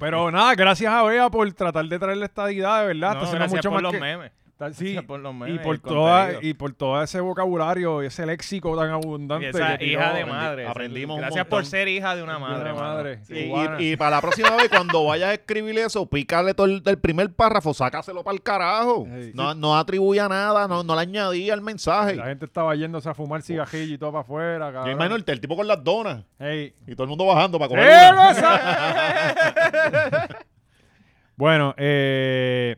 Pero nada, gracias a Bea por tratar de traer la estadidad, de verdad. No, Te suena gracias mucho por más los que- memes. Ta- Sí, Gracias por los y memes, por, el toda, contenido. y por todo ese vocabulario y ese léxico tan abundante. Y esa que tiró- hija de Aprendi- madre. aprendimos un Gracias montón. por ser hija de una Hija de madre. mano. madre. Y- y- Cubana. Y, para la próxima vez, cuando vayas a escribir eso, pícale todo el, el primer párrafo, sácaselo para el carajo. Sí. No, no atribuya nada, no, no le añadí al mensaje. La gente estaba yéndose a fumar cigajillo y todo para afuera. Yo cabrón. imagino el, el tipo con las donas Ey. y todo el mundo bajando para comer. ¡Eh, una. goza! bueno, eh,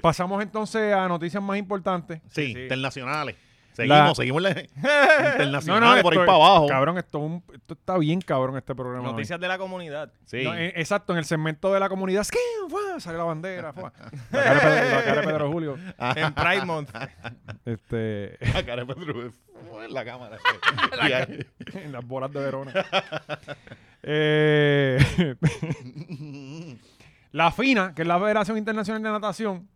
pasamos entonces a noticias más importantes. Sí, Sí, sí. internacionales. Seguimos, La- seguimos la- internacionales por ahí esto- para abajo. Cabrón, esto, es un- esto está bien cabrón este programa. hoy. Noticias de la comunidad. Sí. No, eh. en- exacto, en el segmento de la comunidad. ¡Skin! ¡Fua! Sale la bandera. ¡fua! La cara de Pedro, la cara de Pedro Julio. En Pride Month. Este, La cara de Pedro en la cámara. Y ahí- en las bolas de Verona. Eh, la FINA, que es la Federación Internacional de Natación,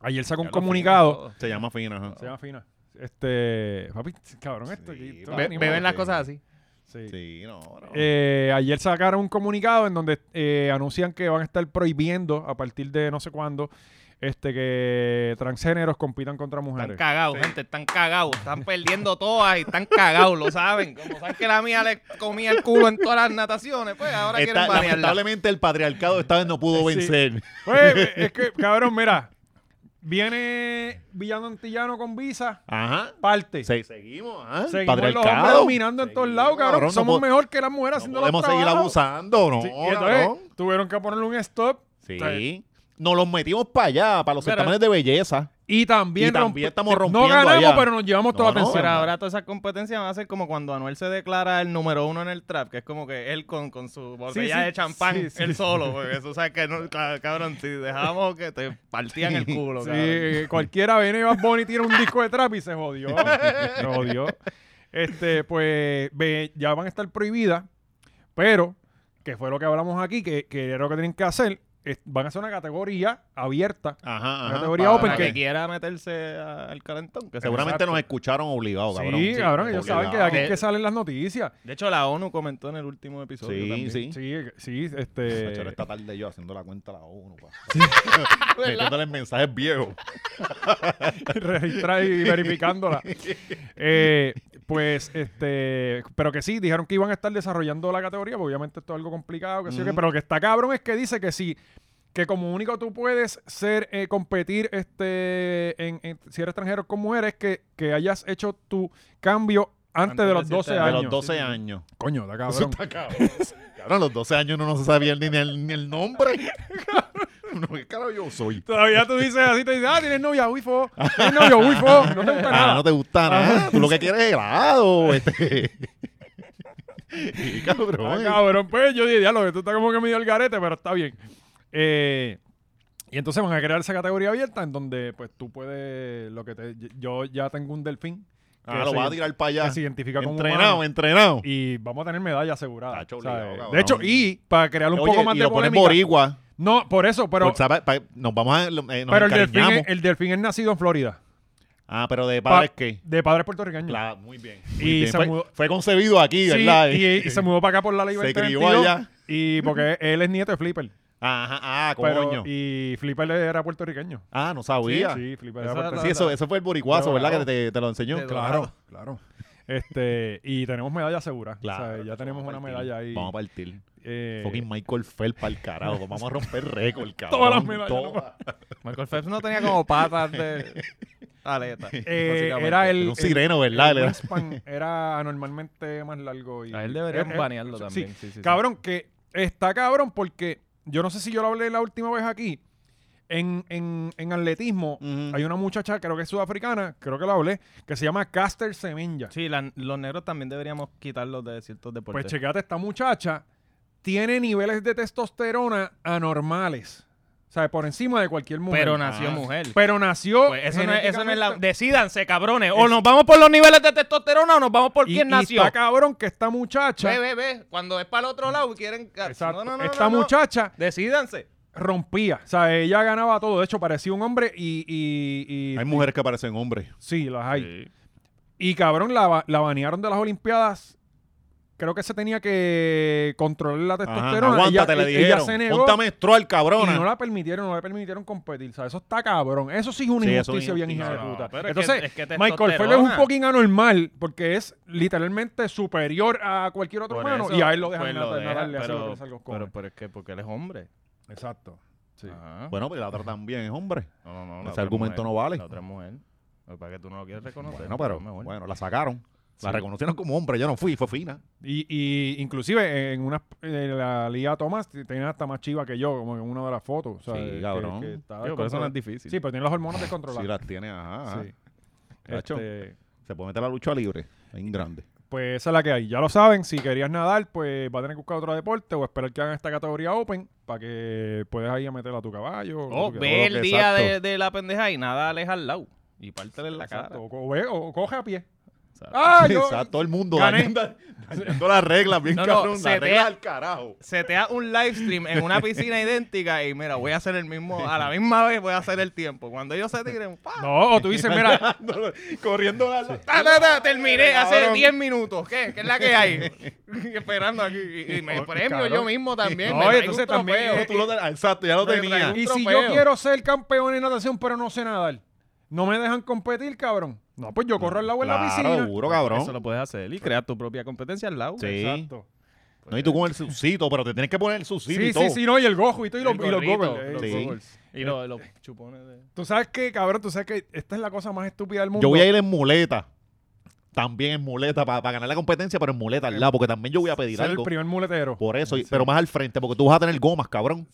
ayer sacó un Ya lo comunicado. Se llama Fina. ajá. Se llama Fina. Este, papi, cabrón, esto. Sí, aquí, esto Be- es animal. beben las beben las sí. cosas cosas así. Sí. Sí, no, no. Eh, ayer sacaron un comunicado en donde eh, anuncian que van a estar prohibiendo a partir de no sé cuándo este que transgéneros compitan contra Están mujeres. cagados, gente, están cagados. Están perdiendo todas y están cagados, lo saben. Como saben que la mía le comía el culo en todas las nataciones, pues ahora Está- quieren banearla. lamentablemente el patriarcado esta vez no pudo Sí. vencer. Pues, es que, cabrón, mira, viene Villano Antillano con visa, Ajá. parte. Se- seguimos, ajá. Seguimos los hombres patriarcado. dominando en todos lados, cabrón. Cabrón, no Somos po- mejor que las mujeres No haciendo podemos los seguir trabajos. abusando, no, Sí, y entonces, cabrón. tuvieron que ponerle un stop. Sí. Nos los metimos para allá, para los Mira. certámenes de belleza. Y también, Y también rompe- estamos No rompiendo ganamos, allá. pero nos llevamos toda la No, no, atención. Pero ahora todas esas competencias van a ser como cuando Anuel se declara el número uno en el trap, que es como que él con, con su botella sí, de champán, sí, sí. él solo, porque eso, o sea, que no, ca- cabrón, si dejábamos que te partían el culo, Sí, cabrón. eh, cualquiera viene y Bad Bunny tiene un disco de trap y se jodió. se jodió. Este, pues ve, ya van a estar prohibidas, pero, que fue lo que hablamos aquí, que, que era lo que tienen que hacer, es- van a hacer una categoría abierta. Ajá, ajá. Categoría para- open, Para porque- que quiera meterse a- al calentón. Que se Seguramente nos escucharon obligados, Oh, cabrón. sí, cabrón, ellos saben que de aquí es obligado. que salen las noticias. De hecho, la ONU comentó en el último episodio Sí, también. sí. Sí, sí, Nacho, era este... esta tarde yo haciendo la cuenta a la ONU, pa. metiéndole mensajes viejos. registrar y verificándola. Eh, pues, este, pero que sí, dijeron que iban a estar desarrollando la categoría, porque obviamente esto es algo complicado, que sí o qué, Ujú. pero lo que está cabrón es que dice que sí, que como único tú puedes ser, eh, competir, este, en, en- si eres extranjero con mujeres, que, que hayas hecho tu cambio antes, Antes de de los 12 cierta años. De los 12 Sí, sí. años. Coño, está Eso cabrón. está cabrón. Cabrón, a los 12 años uno no se sabía ni, ni el, ni el nombre. No, ¿Qué carajo yo soy? Todavía tú dices así, te dices, ah, tienes novia, wifo, tienes novio, wifo, no te gusta Ah, nada. no te gusta nada. Tú lo que quieres es helado. Este. Y, Ah, cabrón. eh. cabrón, pues yo dije, diálogo, tú estás como que medio el garete, pero está bien. Eh, y entonces van a crear esa categoría abierta en donde pues tú puedes, lo que te, yo ya tengo un delfín que, Ah, lo se, vas a tirar para allá. que se identifica como entrenado, humano, entrenado. y vamos a tener medalla asegurada. Tacho, ¿sabes? obligado, cabrón. de hecho, y para crear un Oye, poco más y de lo pones polémica. boricua. No, por eso, pero, por saber- pa- nos vamos a. lo- eh, nos pero el, delfín encariñamos. es, el delfín es nacido en Florida. Ah, pero de padres Pa- que. De padres puertorriqueños. La- muy bien. muy Y bien. se Fue, mudó- fue concebido aquí, Sí, ¿verdad? Eh, y, y se mudó para acá por la ley Se 2022, crió allá. Y porque él es nieto de Flipper. Ajá, ah, Pero- coño. y Flipper era puertorriqueño. Ah, no Sí, sabía. Pues Sí, sí, Flipper era Eso era puertorriqueño. la- eso, eso fue el boricuazo, Pero, ¿verdad? Que claro. te, te lo enseñó. Te lo- Claro, claro. Este, y tenemos medalla segura. O sea, Claro, ya vamos tenemos a una partir. medalla ahí. Vamos a partir. Eh, Fucking Michael Phelps para el carajo. Vamos a romper récord, cabrón. Todas las medallas, Todas. Michael Phelps no tenía como patas de aleta. eh, era básicamente. Era el. un sireno, ¿verdad? el Le da- wingspan era anormalmente más largo. Y, A él deberían eh, eh, banearlo sí. también. Sí, sí, sí. Cabrón, que está cabrón porque yo no sé si yo lo hablé la última vez aquí. En, en, en atletismo Ujú. hay una muchacha, creo que es sudafricana, creo que la hablé, que se llama Caster Semenya. Sí, la- los negros también deberíamos quitarlos de ciertos deportes. Pues checate, esta muchacha tiene niveles de testosterona anormales. O sea, por encima de cualquier mujer. Pero Ah. nació mujer. Pero nació. Pues eso, no es, eso no es la. genéticamente- Decídanse, cabrones. O nos vamos por los niveles de testosterona o nos vamos por Y- quién y nació. está cabrón que esta muchacha. Ve, ve, ve. Cuando es para el otro lado y quieren. Exacto. No, no, no, esta no, no. muchacha Decídanse. rompía. O sea, ella ganaba todo. De hecho, parecía un hombre y. y- y- Hay mujeres que parecen hombres. sí, las hay. Y cabrón, la, ba- la banearon de las Olimpiadas. Creo que se tenía que controlar la Ajá, testosterona. Este, aguántate, ella, le ella dijeron. se negó. Ponte a menstruar, cabrona. Y no la permitieron, no la permitieron competir. O sea, eso está cabrón. Eso sí es una Sí, eso es injusticia bien hija injusticia. de No, puta. pero es que- este Entonces, es que Michael testosterona. Phelps es un poquín anormal porque es literalmente superior a cualquier otro Por humano eso, y a él lo dejan pues, nada- deja, nadarle, hacer lo que pero, le salga los pero, cojones. pero es que porque él es hombre. Exacto. Sí. Ajá. Bueno, pero la tratan bien, es hombre. No, no, no. Ese la otra argumento mujer, no vale. La otra mujer. Para que tú no lo quieres reconocer. Bueno, pero mejor. bueno, la sacaron. La Sí. reconocieron como hombre. Yo no fui, fue fina. Y, y inclusive en una la Liga Tomás tenía hasta más chiva que yo, como en una de las fotos. O sea, Sí, que- cabrón. que estaba Digo, pero eso no es descontrolada. difícil. Sí, pero tiene las hormonas Si descontroladas. las tiene, ajá. ajá. Sí. Cacho. Este, Se puede meter la lucha libre. En grande. Pues esa es la que hay. Ya lo saben, si querías nadar, pues va a tener que buscar otro deporte o esperar que hagan esta categoría open para que puedas ahí a meter a tu caballo. o Oh, lo que- ve todo lo el que- día de, exacto. de la pendeja y nada aleja al lado. Y pártele en la cara. Exacto, o, ve- o coge a pie. Exacto. ¡Ah! Sí, yo- exacto, todo el mundo gané. dañando, dañando las reglas, bien No, no, cabrón. se las te- reglas al carajo. setea un live stream en una piscina idéntica y mira, voy a hacer el mismo, a la misma vez voy a hacer el tiempo. Cuando ellos se tiren, ¡pa! No, o tú dices, mira, Corriendo la Ta, ta, ta, terminé hace Cabrón. 10 minutos. ¿Qué? ¿Qué es la que hay? Esperando aquí. Y, y me Oh, premio cabrón. yo mismo también. No, me traigo entonces un trofeo. también- Tú lo- exacto, ya lo Me tenía. traigo. y si trofeo. yo quiero ser campeón en natación, pero no sé nadar, no me dejan competir, cabrón. No, pues yo corro al lado en la Claro, piscina. seguro, cabrón. Eso lo puedes hacer y crear tu propia competencia al lado. Sí. Exacto. No, y tú con el sucito, pero te tienes que poner el sucito Sí, y todo. sí, sí, no, y el gojo y, todo, y los, El y los gorrito, goggles, eh, los los sí. goggles. Y lo- los chupones de... Tú sabes que, cabrón, tú sabes que esta es la cosa más estúpida del mundo. Yo voy a ir en muleta. También en muleta, para ganar la competencia, pero en muleta al lado, porque también yo voy a pedir ser el algo. primer muletero. Por eso, y- pero más al frente, porque tú vas a tener gomas, cabrón.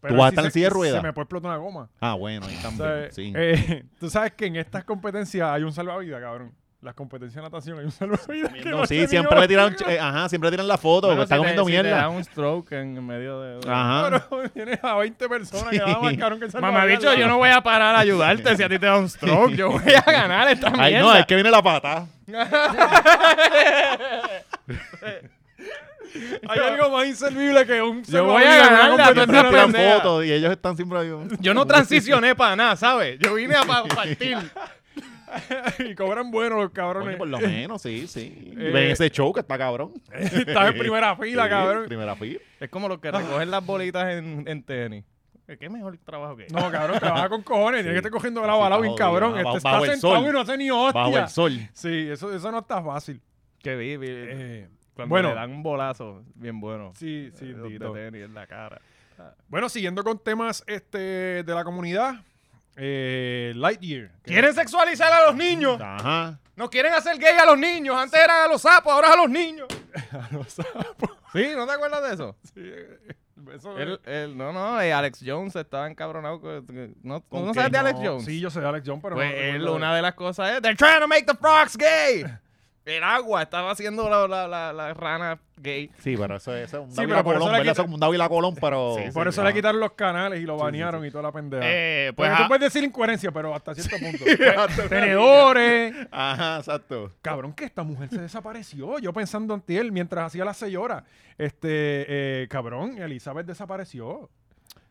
Pero vas a si estar en se- silla de ruedas. Se me puede explotar una goma. Ah, bueno, ahí O también. sea, sí. eh, tú sabes que en estas competencias hay un salvavidas, cabrón. Las competencias de natación hay un salvavidas. que No, va sí, teniendo- siempre le tiran, eh, ajá, siempre le tiran la foto, Bueno, está si te- comiendo si te da mierda. Ah. un stroke en medio de... Ajá. Pero tienes a 20 personas que van más cabrón que el Mamá, salvavidas. bicho, yo no voy a parar a ayudarte si a ti te da un stroke. Yo voy a ganar esta mierda. Ay, no, es que viene la pata. Hay algo más inservible que un Yo voy a salvavidas en una ganarle a todo competencia. el Siempre una tiran pendeja. fotos y ellos están siempre ahí. Yo no transicioné para nada, ¿sabes? Yo vine a pa- partir. Y cobran bueno los cabrones. Coño, por lo menos, sí, sí. Eh, Ven ese show que está cabrón. Estás en primera fila, Sí, cabrón. Primera fila. Es como los que recogen las bolitas en, en tenis. Eh, Qué mejor trabajo que No, cabrón, trabaja con cojones. Tienes que estar cogiendo la bala Sí, bien está jodido, cabrón. ajá, Este bajo- está bajo el sentado sol. y no hace ni Bajo el hostia. sol. Sí, eso, eso no está fácil. Que vi, vi- Eh, cuando bueno. le dan un bolazo bien bueno. Sí, sí, Eh, de Dito. tenis en la cara. Bueno, siguiendo con temas este, de la comunidad, eh, Lightyear. que- Quieren sexualizar a los niños. Ajá. Nos quieren hacer gay a los niños. Antes eran a los sapos, ahora a los niños. a los sapos. Sí, ¿no te acuerdas de eso? Sí, eh, eso- El, el- no, no, eh, Alex Jones estaba encabronado. con- con- no, ¿tú ¿Con no qué? sabes de Alex No, Jones? Sí, yo sé de Alex Jones, pero Pues no él, recuerdo una de las cosas es, they're trying to make the frogs gay. El agua estaba haciendo la, la, la, la rana gay. Sí, pero eso es eso es un Sí, David pero por eso Colón, le quita- ¿verdad? Eso es como un David Colón, pero... de- Por eso ajá. le quitaron los canales y lo banearon y toda la pendeja. Eh, pues pues, tú ah, puedes decir incoherencia, pero hasta cierto punto. Hasta una Tenedores. Ajá, exacto. Cabrón, que esta mujer se desapareció. Yo pensando en él mientras hacía las seis horas. Este, eh, cabrón, Elizabeth desapareció.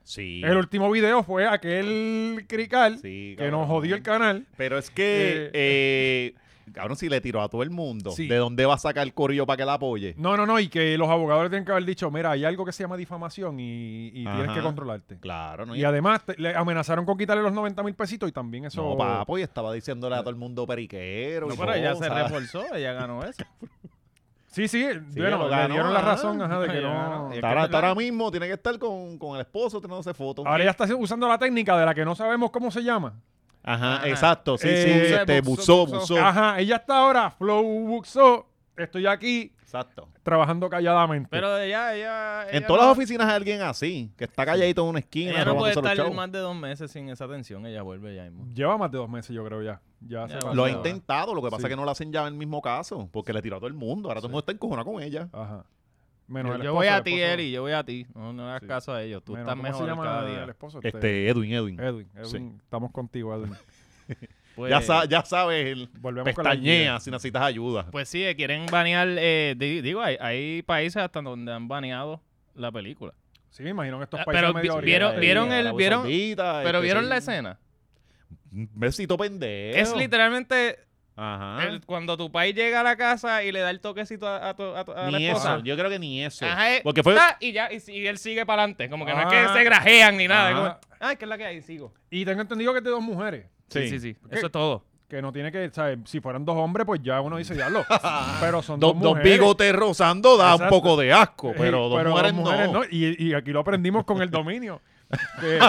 Sí. El último video fue aquel crical Sí, que cabrón. nos jodió el canal. Pero es que, eh, cabrón, si le tiró a todo el mundo, Sí. ¿de dónde va a sacar el corillo para que la apoye? No, no, no, y que los abogados tienen que haber dicho, mira, hay algo que se llama difamación y, y tienes Ajá. que controlarte. Claro, no. Y además te- le amenazaron con quitarle los 90 mil pesitos y también eso... No, papo, y estaba diciéndole a todo el mundo periquero. no, y pero ella se cosas. reforzó, ella ganó eso. Sí, sí, ella lo bueno, le ganó, dieron la ajá. razón, ajá, de que Ella no... ganó. Está Ahora, está ahora mismo tiene que estar con, con el esposo tirándose fotos. Ahora ya está usando la técnica de la que no sabemos cómo se llama. Ajá, Ajá. exacto. Sí, sí. Eh, Este, buzo, buzó, buzo. buzó. Ajá, ella está ahora, flow, buxo, estoy aquí Exacto. trabajando calladamente. Pero ella, ella... En ella todas no- las oficinas hay alguien así, que está calladito en una esquina. Ella no puede robándose los estar chavos. más de dos meses sin esa atención, ella vuelve ya mismo. Lleva más de dos meses, yo creo ya. Ya se Ya, pasó. Lo ha Ajá. intentado, lo que pasa Sí. es que no lo hacen ya en el mismo caso, porque le tiró a todo el mundo. Ahora todo el mundo está encojonado con ella. Ajá. Menos yo, el yo voy esposo, a el ti, esposo- Eli, yo voy a ti. No, no hagas Sí. caso a ellos. Tú menos, estás ¿cómo se mejor llama cada el día. esposo? Este, Edwin, Edwin. Edwin, Edwin, Sí. estamos contigo, Edwin. Pues- ya, sa- ya sabes, el Volvemos con la pestañea si necesitas ayuda. Pues sí, eh, quieren banear. eh, di- digo, hay, hay países hasta donde han baneado la película. Sí, me imagino que estos Ah, países pero medio vi- oriente- vieron- Eh, vieron el- Arabia vieron- Saudita, Pero este, vieron sí. la escena. Un Besito pendejo. Es literalmente Ajá. el- cuando tu país llega a la casa y le da el toquecito a, a tu, a tu- a la ni esposa. eso. Yo creo que ni eso. Ajá, eh, Porque fue. ta, y ya, y, si- y él sigue para adelante. Como que no es Ah. que se grajean ni nada. es Ajá. como, Ay, que es la que hay, sigo. Ah, Y tengo entendido que es de dos mujeres. Sí, sí, sí. Eso es todo. Que no tiene que, ¿sabes? Si fueran dos hombres, pues ya uno dice diablo. pero son Dos, dos, dos mujeres. bigotes rozando da Exacto. un poco de asco, Sí, pero dos mujeres, no. Y, y aquí lo aprendimos con el dominio. Que-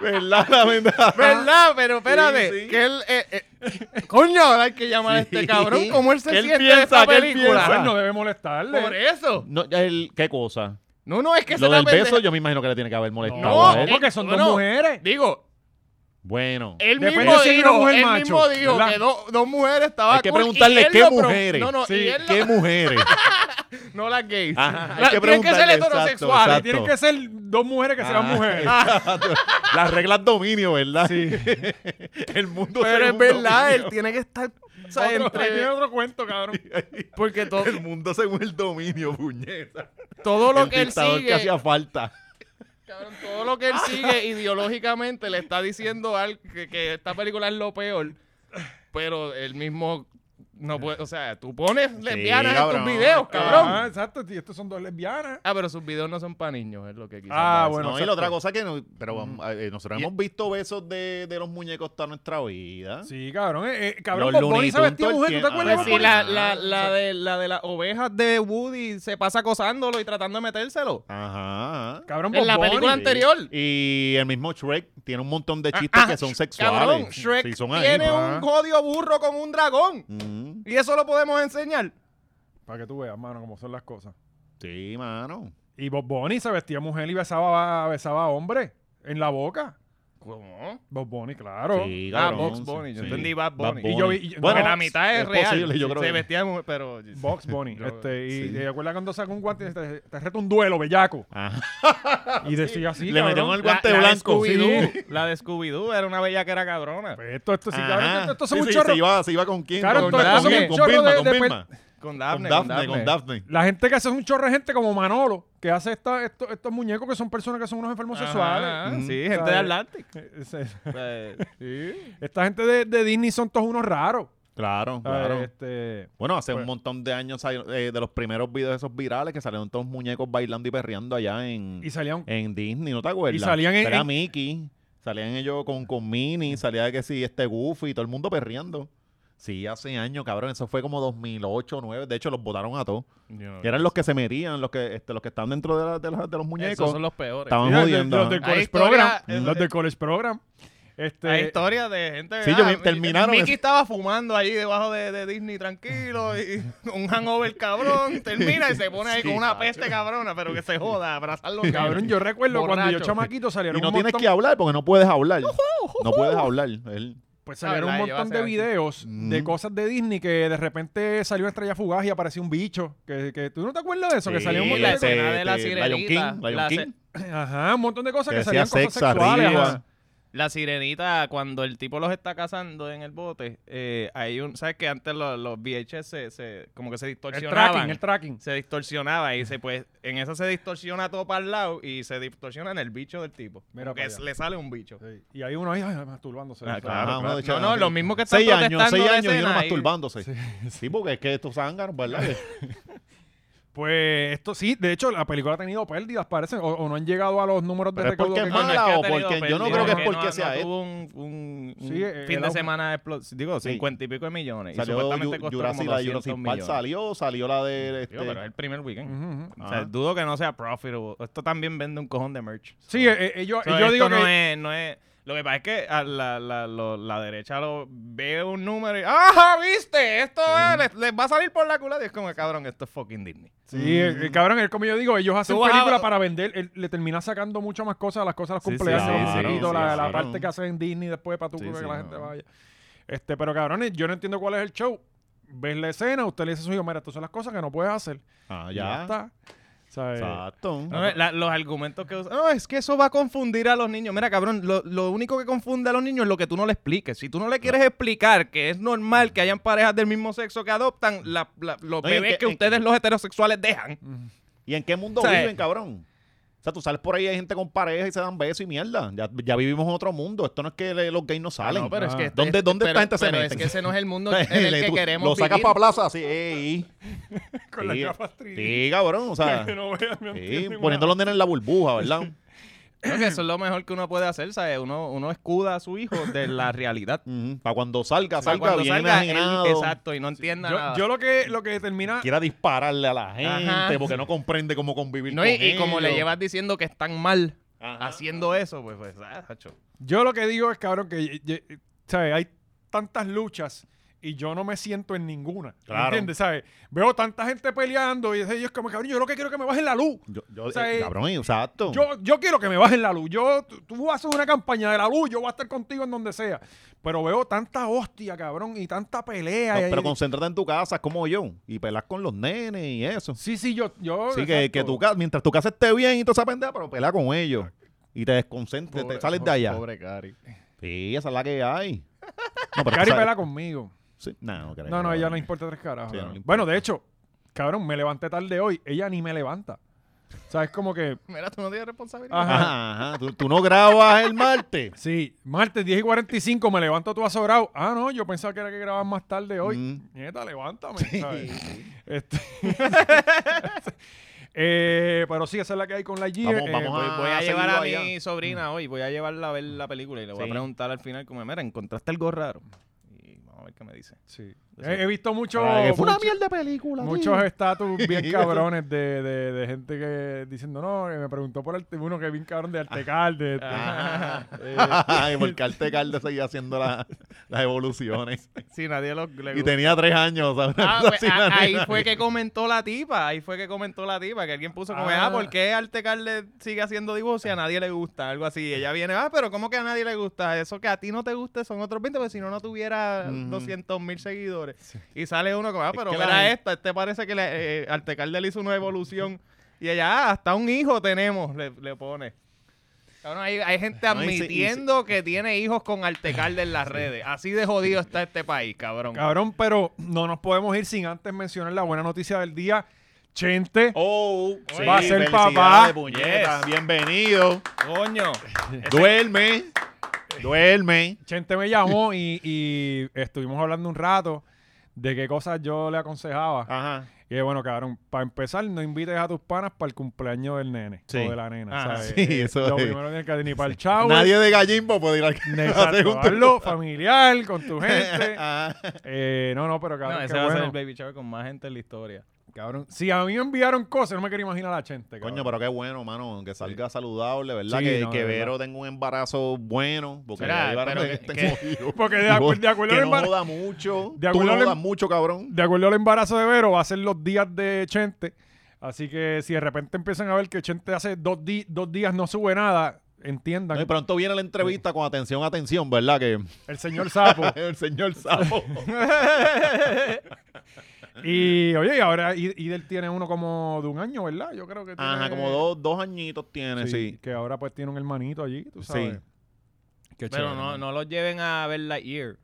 ¿Verdad? La verdad. ¿Verdad? Pero espérate. Ah, sí. Que él. eh, eh, coño, ahora hay que llamar a Sí. este cabrón. ¿Cómo él se ¿Qué él siente de piensa? esta ¿Qué él película? pues no debe molestarle. Por eso. No, el- ¿Qué cosa? No, no, es que Lo se la del beso pendeja- yo me imagino que le tiene que haber molestado No, a él. porque son dos bueno, mujeres. Digo, Bueno. él Depende mismo si hay una dijo, mujer él macho, mismo dijo ¿verdad? que do- dos mujeres estaban hay que preguntarle qué mujeres. No, no, Sí, y él lo- qué mujeres. no las gays. Ajá, hay La- que tienen que ser preguntarle, exacto, heterosexuales. exacto. Tienen que ser dos mujeres que sean Ah. mujeres. Las reglas dominio, ¿verdad? Sí. el mundo Pero es según verdad, él dominio. tiene que estar. O sea, Otro- entre- ahí tiene otro cuento, cabrón. porque todo, El mundo según el dominio, puñeta. todo lo el que él dictador que sigue. hacía falta. Cabrón, todo lo que él sigue ideológicamente le está diciendo al que, que esta película es lo peor, pero él mismo no puede, o sea, tú pones lesbianas en cabrón. tus videos, cabrón. Ah, exacto. Y estos son dos lesbianas. Ah, pero sus videos no son para niños, es lo que quiso. Ah, No, bueno. y la exacto. otra cosa que no- pero vamos, eh, nosotros hemos visto besos de, de los muñecos toda nuestra vida. Sí, cabrón. eh, eh, cabrón, Los Bob Bunny Looney se vestía Tunes mujer. ¿Tú te todo el acuerdas? de tiempo. si Bob Pues la- la, la, de, la de las ovejas de Woody se pasa acosándolo y tratando de metérselo. Ajá. Bunny? Cabrón, En la Bob Bunny. película anterior. Y el mismo Shrek tiene un montón de chistes Ah, que son Sh- sexuales. Cabrón, Shrek Sí, son ahí. tiene ajá. un jodido burro con un dragón. Mm, Y eso lo podemos enseñar. Para que tú veas, mano, cómo son las cosas. sí, mano. Y Bob Bunny se vestía mujer y besaba, besaba a hombre en la boca. ¿Cómo? Bob Bunny, claro. Sí, Ah, cabrón, Box Bunny, yo entendí Bad Bunny. Y yo vi- y- bueno, Porque la mitad es, es real. posible, yo creo se que- vestía de mujer, pero... Box Bunny. Yo- este, y sí. te acuerdas cuando sacó un guante y te, te reta un duelo, bellaco. Ajá. Y decía así. Ah, Le cabrón. metieron el guante blanco. De Scooby-Doo, la de Scooby-Doo era una bellaquera cabrona. Pues esto, esto sí, Ajá. cabrón. Esto, esto es Sí, un sí, chorro. Se iba, se iba con quién? Claro, con, esto- con, esto es quién? un con chorro Vilma, de- con de Vilma. Con Con Daphne, Daphne, con Daphne. La gente que hace un chorro de gente como Manolo, que hace esta, esto- estos muñecos que son personas que son unos enfermos Ajá, sexuales. Sí, Mm. gente de ¿Sabes? Atlantic. Eh, ese- Eh, sí. Esta gente de, de Disney son todos unos raros. Claro, ¿sabes? claro. Este, Bueno, hace Pues- un montón de años sal- eh, de los primeros videos esos virales que salieron todos muñecos bailando y perreando allá en, y salían en Disney, ¿no te acuerdas? Y salían en- Era en- Mickey, salían ellos con, con Minnie, salía que sí, este Goofy, todo el mundo perreando. Sí, hace años, cabrón, eso fue como 2008, 2009, de hecho los votaron a todos. Que eran los que se metían, los que este, los que estaban dentro de, la- de la- de los Esos muñecos. son los peores. Estaban Mira, de- jodiendo. los ajá. del Hay College historia- Program. eh, Los del College Program. Este, Hay historias de gente... Sí, ah, yo vi- terminaron Mickey eso. estaba fumando ahí debajo de, de Disney tranquilo y un hangover cabrón. Termina y se pone ahí Sí, con una macho. peste cabrona, pero que se joda, abrazarlo. Cabrón, yo recuerdo cuando yo Borracho. chamaquito salieron Y no un tienes montón- que hablar porque no puedes hablar. No puedes hablar. Él- Pues Ah, salieron un ¿verdad? Yo montón hace de así. videos de Mm. cosas de Disney que de repente salió una estrella fugaz y apareció un bicho. Que, que- ¿Tú no te acuerdas de eso? que Sí, salió un montón la de escena este, de la Lion sirenita. King, Lion la se- King. cosas. Ajá, un montón de cosas Que que, decía salían cosas sex sexuales. arriba. ajá. La sirenita, cuando el tipo los está cazando en el bote, eh, hay un. ¿Sabes que antes lo- los, VHS se, se- como que se El distorsionaban? tracking, el tracking. se distorsionaba y se pues en esa se distorsiona todo para el lado y se distorsiona en el bicho del tipo. Mira Como para que allá. le sale un bicho. Sí. Y hay uno ahí ay, masturbándose. Ah, O sea, claro, Ajá, uno claro. de No, chavos, no, sí. los mismos que están Seis años, protestando seis de años y uno escena ahí. masturbándose. Sí. porque es que estos zánganos, ¿verdad? Pues esto sí, de hecho la película ha tenido pérdidas, parece, o, o no han llegado a los números de Pero es recaudo porque que- es No, no, mala es que ha o tenido porque yo no pérdida, creo que es porque sea no él. tuvo un, un- un Sí, eh, fin era de un- semana explos- digo, Sí. cincuenta y pico de millones. y Salió supuestamente Ju- costó Jurassic, como la 200 Jurassic Park millones. salió, salió la de... Este, Digo, pero es el primer weekend. Ujú, ujú. O sea, Ajá. dudo que no sea profitable. Esto también vende un cojón de merch. Sí, eh, eh, yo, So, yo esto digo no que es, no es. Lo que pasa es que a la, la, lo- la derecha lo ve un número y ¡Ah, viste! Esto es- les, les va a salir por la culata. Y es como, cabrón, esto es fucking Disney. sí, eh, eh, cabrón, es como yo digo, ellos hacen Tú vas a- películas para vender, él- le termina sacando muchas más cosas a las cosas, a los Sí, sí, cumpleaños, sí, los sí, niñitos, sí, la, sí, la sí. parte que hacen en Disney después para tú Sí, para que sí, la no. gente vaya. Este, pero cabrones, yo no entiendo cuál es el show. ves la escena, usted le dice a su hijo, mira, estas son las cosas que no puedes hacer. Ah, Y ya. está. ¿Sabes? Exacto. No, la- los argumentos que usan. No, es que eso va a confundir a los niños. Mira, cabrón, lo, lo único que confunde a los niños es lo que tú no le expliques. Si tú no le quieres explicar que es normal que hayan parejas del mismo sexo que adoptan, la- la- los No, y en bebés que- que en ustedes que- los heterosexuales dejan. ¿Y en qué mundo O sea, viven, cabrón? O sea, tú sales por ahí, hay gente con pareja y se dan besos y mierda. Ya, ya vivimos en otro mundo. Esto no es que le- los gays no salen. Ah. No, pero es que- ¿Dónde, dónde pero- esta gente se pero mete? es que ese no es el mundo en el que queremos Lo sacas vivir. para plaza así. ey. eh, Con las Sí, gafas 3D. Sí, cabrón. O sea, Que no vean, no sí, entienden poniendo a los nenes en la burbuja, ¿verdad? Creo que eso es lo mejor que uno puede hacer, ¿sabes? Uno, uno escuda a su hijo de la realidad. Para cuando salga, O sea, salga bien él- enajenado. exacto, y no entienda nada. nada. Yo, yo lo que lo que termina Quiera dispararle a la gente Ajá. porque no comprende cómo convivir No, con y, y como le ellos. llevas diciendo que están mal Ajá. haciendo eso, pues, pues ah, chacho. Yo lo que digo es, cabrón, que y- y- ¿sabes? hay tantas luchas y yo no me siento en ninguna. ¿me Claro. ¿Entiendes? ¿Sabes? Veo tanta gente peleando y ellos como, cabrón, yo lo que quiero es que me bajen la luz. Yo, yo- O sea, eh, eh, cabrón, exacto. Yo, yo quiero que me bajen la luz. Yo, tú, tú haces una campaña de la luz, yo voy a estar contigo en donde sea. Pero veo tanta hostia, cabrón, y tanta pelea. No, y- pero concéntrate en tu casa, como yo, y pelas con los nenes y eso. Sí, sí, yo... yo Así que, que Oh, exacto. tu casa, mientras tu casa esté bien y toda esa pendeja, pero pelá con ellos. Y te desconcentres, te sales de allá. Pobre Cari. Sí, esa es la que hay. No, pero Cari esa- pela conmigo. sí, no, no, creo. No, no, ella no importa tres caras. Sí, no le importa. bueno, de hecho, cabrón, me levanté tarde hoy. Ella ni me levanta. O sea, es como que... Mira, tú no tienes responsabilidad. Ajá. Ajá, ajá. Tú, tú no grabas el martes. Sí, martes 10 y 45 me levanto tú asobrado. Ah, no, yo pensaba que era que grababas más tarde hoy. Mm. Nieta, levántame. ¿sabes? Este- Eh, pero sí, esa es la que hay con la G. eh, pues, Vamos- vamos Voy, Ah, voy a llevar a seguido mi sobrina hoy, voy a llevarla a ver la película y le voy Mm. Sí. a preguntar al final como, mira, ¿encontraste algo raro? Y vamos a ver qué me dice. He, he visto mucho- Ah, que fue una mucho- mierda de película. tío. muchos estatus bien cabrones de, de- de gente que diciendo, no, que me preguntó por el uno que es bien cabrón de Ah. este, Artecal. de- Ajá. Eh, y por Carte Calde seguía haciendo la- las evoluciones. Sí, nadie lo... le Y gusta. tenía tres años. ¿sabes? Ah, Así pues, la ah, ahí nena. fue que comentó la tipa, ahí fue que comentó la tipa, que alguien puso como, Ah. ah, ¿por qué Artecal le sigue haciendo divorcio y a nadie le gusta? Algo así. Y ella viene, ah, pero ¿cómo que a nadie le gusta? Eso que a ti no te guste son otros 20, porque si no, no tuviera Ujú. 200 mil seguidores. Y sale uno como, ah, Es pero que la mira gente- esta, este parece que le, eh, Artecal le hizo una evolución. Y ella, ah, hasta un hijo tenemos, le, le pone. Cabrón, hay, hay gente No, y si- y si- admitiendo que tiene hijos con Artecal en las redes. Así de jodido está este país, cabrón. cabrón, pero no nos podemos ir sin antes mencionar la buena noticia del día. Chente. Oh, sí, va a ser felicidades, papá. puñeta, Yes. Bienvenido. Coño. Duerme. Duerme. Chente me llamó y, y estuvimos hablando un rato de qué cosas yo le aconsejaba. Ajá. Y bueno, cabrón, para empezar, no invites a tus panas para el cumpleaños del nene Sí. o de la nena. Ah, ¿sabes? sí, Eh, eso Lo es. primero que tienes que hacer, ni para el chavo. Nadie de gallimbo puede ir Ah, al Exacto, hazlo familiar, con tu gente. Ah, Eh, no, no, pero cabrón, No, qué ese va a ser bueno. el baby shower con más gente en la historia. Cabrón, si a mí me enviaron cosas, no me quiero imaginar a Chente, cabrón. Coño, pero qué bueno, mano. Que salga saludable, ¿verdad? Sí, que no, que de Vero tenga un embarazo bueno. Porque Mira, ahí va a pero tener que- este que- jodido. Porque de Y acu- vos, de acuerdo Que al no embar- joda mucho. de Tú acuerdo no al em- jodas mucho, cabrón. De acuerdo al embarazo de Vero, va a ser los días de Chente. Así que si de repente empiezan a ver que Chente hace dos, di- dos días no sube nada, entiendan. No, y pronto viene la entrevista con atención, atención, ¿verdad? Que El señor Sapo. el señor Sapo. y oye, y ahora I- Idel tiene uno como de un año, ¿verdad? Yo creo que tiene. Ajá, como dos, dos añitos tiene, Eh, Sí, sí. Que ahora pues tiene un hermanito allí, tú sabes. Qué Pero chévere, no, mano. no los lleven a ver la ear.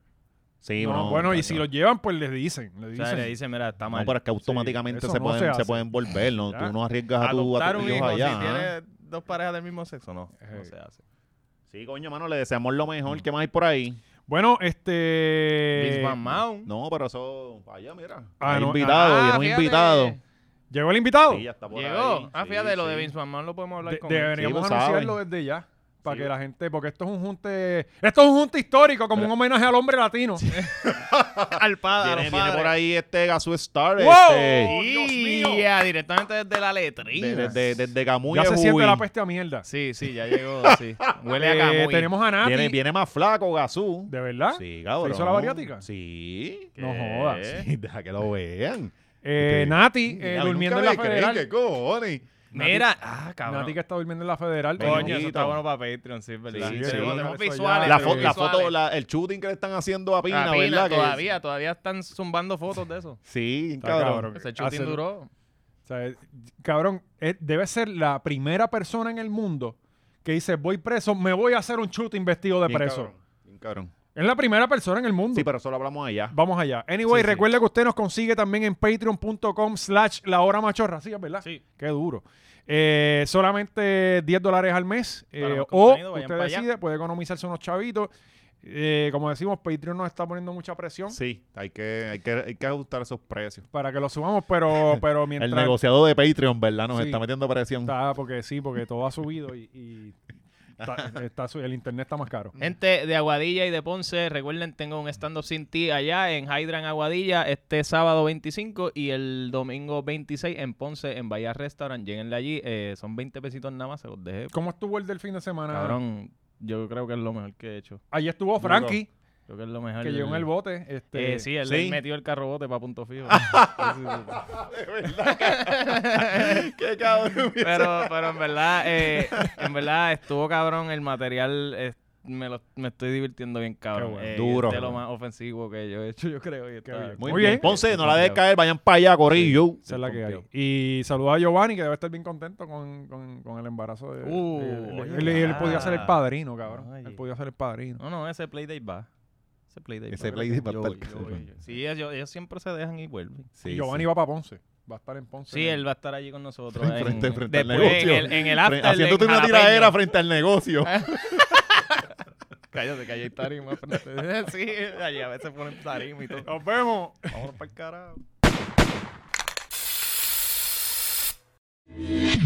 Sí, No, no, bueno, y chacho. si lo llevan, pues les dicen. Le O dicen. sea, le dicen, mira, está mal. No, pero es que automáticamente eso se, no se pueden, se, hace. pueden volver, ¿no? Ya. Tú no arriesgas a tu, a Adoptar tu un hijo hijo allá. si ¿ah? tiene dos parejas del mismo sexo, no. No Ey. se hace. Sí, coño, mano, le deseamos lo mejor. ¿Qué más hay por ahí? Bueno, este. Vince McMahon. No, pero eso... Allá, mira. Ah, Hay no, invitado, Ah, viene un fíjate. invitado. ¿Llegó el invitado? Sí, ya está por Llegó. ahí. ah, Sí, fíjate, lo de sí. Vince McMahon lo podemos hablar De- con él. deberíamos Sí, pues, anunciarlo saben. desde ya. Para Sí. que la gente, porque esto es un junte, esto es un junte histórico, como un homenaje al hombre latino. Al padre, a los Viene, viene por padres. ahí este Gasú Star. ¡Wow! Este, Dios Y mío. ya, directamente desde la letrina. desde de, de, de Camuy ya a se siente Bubi. la peste a mierda. Sí, sí, ya llegó, sí. Huele Eh, a Camuy. tenemos a Nati. Viene, viene más flaco Gasú. ¿De verdad? Sí, cabrón. ¿Se hizo la bariátrica? Sí. No ¿Qué? jodas. Sí, deja que lo vean. Eh, Ok. Nati, eh, A mí durmiendo en Este, nunca la me creen, federal. ¿Qué cojones? Mira, ah, cabrón. Nati que está durmiendo en la federal. Coño, eso Bendito. está bueno para Patreon, sí, es ¿verdad? Sí, Sí, sí. tenemos- Eso tenemos ya- visuales. La, sí. fo- la tenemos visuales. foto, la- el shooting que le están haciendo a Pina, Ah, Pina, ¿verdad? Que- todavía, todavía están zumbando fotos de eso. Sí, bien Está cabrón. cabrón. Ese shooting Hace- duró. O sea, eh, cabrón, eh, debe ser la primera persona en el mundo que dice, voy preso, me voy a hacer un shooting vestido de Bien preso. cabrón, bien cabrón. Es la primera persona en el mundo. Sí, pero eso lo hablamos allá. Vamos allá. Anyway, Sí, sí. recuerda que usted nos consigue también en patreon.com slash la hora machorra. Sí, es verdad. Sí. Qué duro. Eh, solamente 10 dólares al mes. eh, Para más o contenido, vayan usted para allá. decide, puede economizarse unos chavitos. Eh, como decimos, Patreon nos está poniendo mucha presión Sí, hay que, hay que, hay que ajustar esos precios. para que lo subamos, pero, pero mientras... El negociado de Patreon, ¿verdad? Nos Sí. está metiendo presión. Está, porque sí, porque todo ha subido y, y está- está su- el internet está más caro. Gente de Aguadilla y de Ponce, recuerden, tengo un stand-up sin ti allá en Hydran Aguadilla este sábado 25 y el domingo 26 en Ponce, en Bahía Restaurant. Lléguenle allí, eh, son 20 pesitos nada más, se los dejé. ¿Cómo estuvo el del fin de semana? Cabrón, yo creo que es lo mejor que he hecho. Allí estuvo Frankie, Creo que es lo mejor. que llegó en el bote. Este, Eh, sí, él, Sí. él metió el carro bote para punto fijo. De verdad. Qué cabrón. pero, pero en verdad, eh, en verdad estuvo cabrón el material. eh, me, lo, me estoy divirtiendo bien, cabrón. Qué bueno. Eh, Duro. Es de lo más ofensivo que yo he hecho, yo creo. y está- bien. Muy, Muy bien. bien. Ponce, no la dejes caer, vayan para allá, Corillo. Esa es la que hay. Pompeado. Y saludar a Giovanni, que debe estar bien contento con, con- con el embarazo de. Uh, de- de- oye, él, él ah. podía ser el padrino, cabrón. Oye. Él podía ser el padrino. No, no, ese playdate va. Ese playdate Ese va. playdate va Yo pa'l voy, yo carajo. voy, yo- Sí, ellos, ellos siempre se dejan y vuelven. y Giovanni va para Ponce. Va a estar en Ponce. Sí, él va a estar allí con nosotros. en- Frente, frente al después negocio. En el, en el Fre- after. Haciéndote en una Jalapeño. tiradera frente al negocio. Cállate, que allí hay tarima. frente- sí, allí a veces ponen tarima y todo. Nos vemos. Vámonos para el carajo.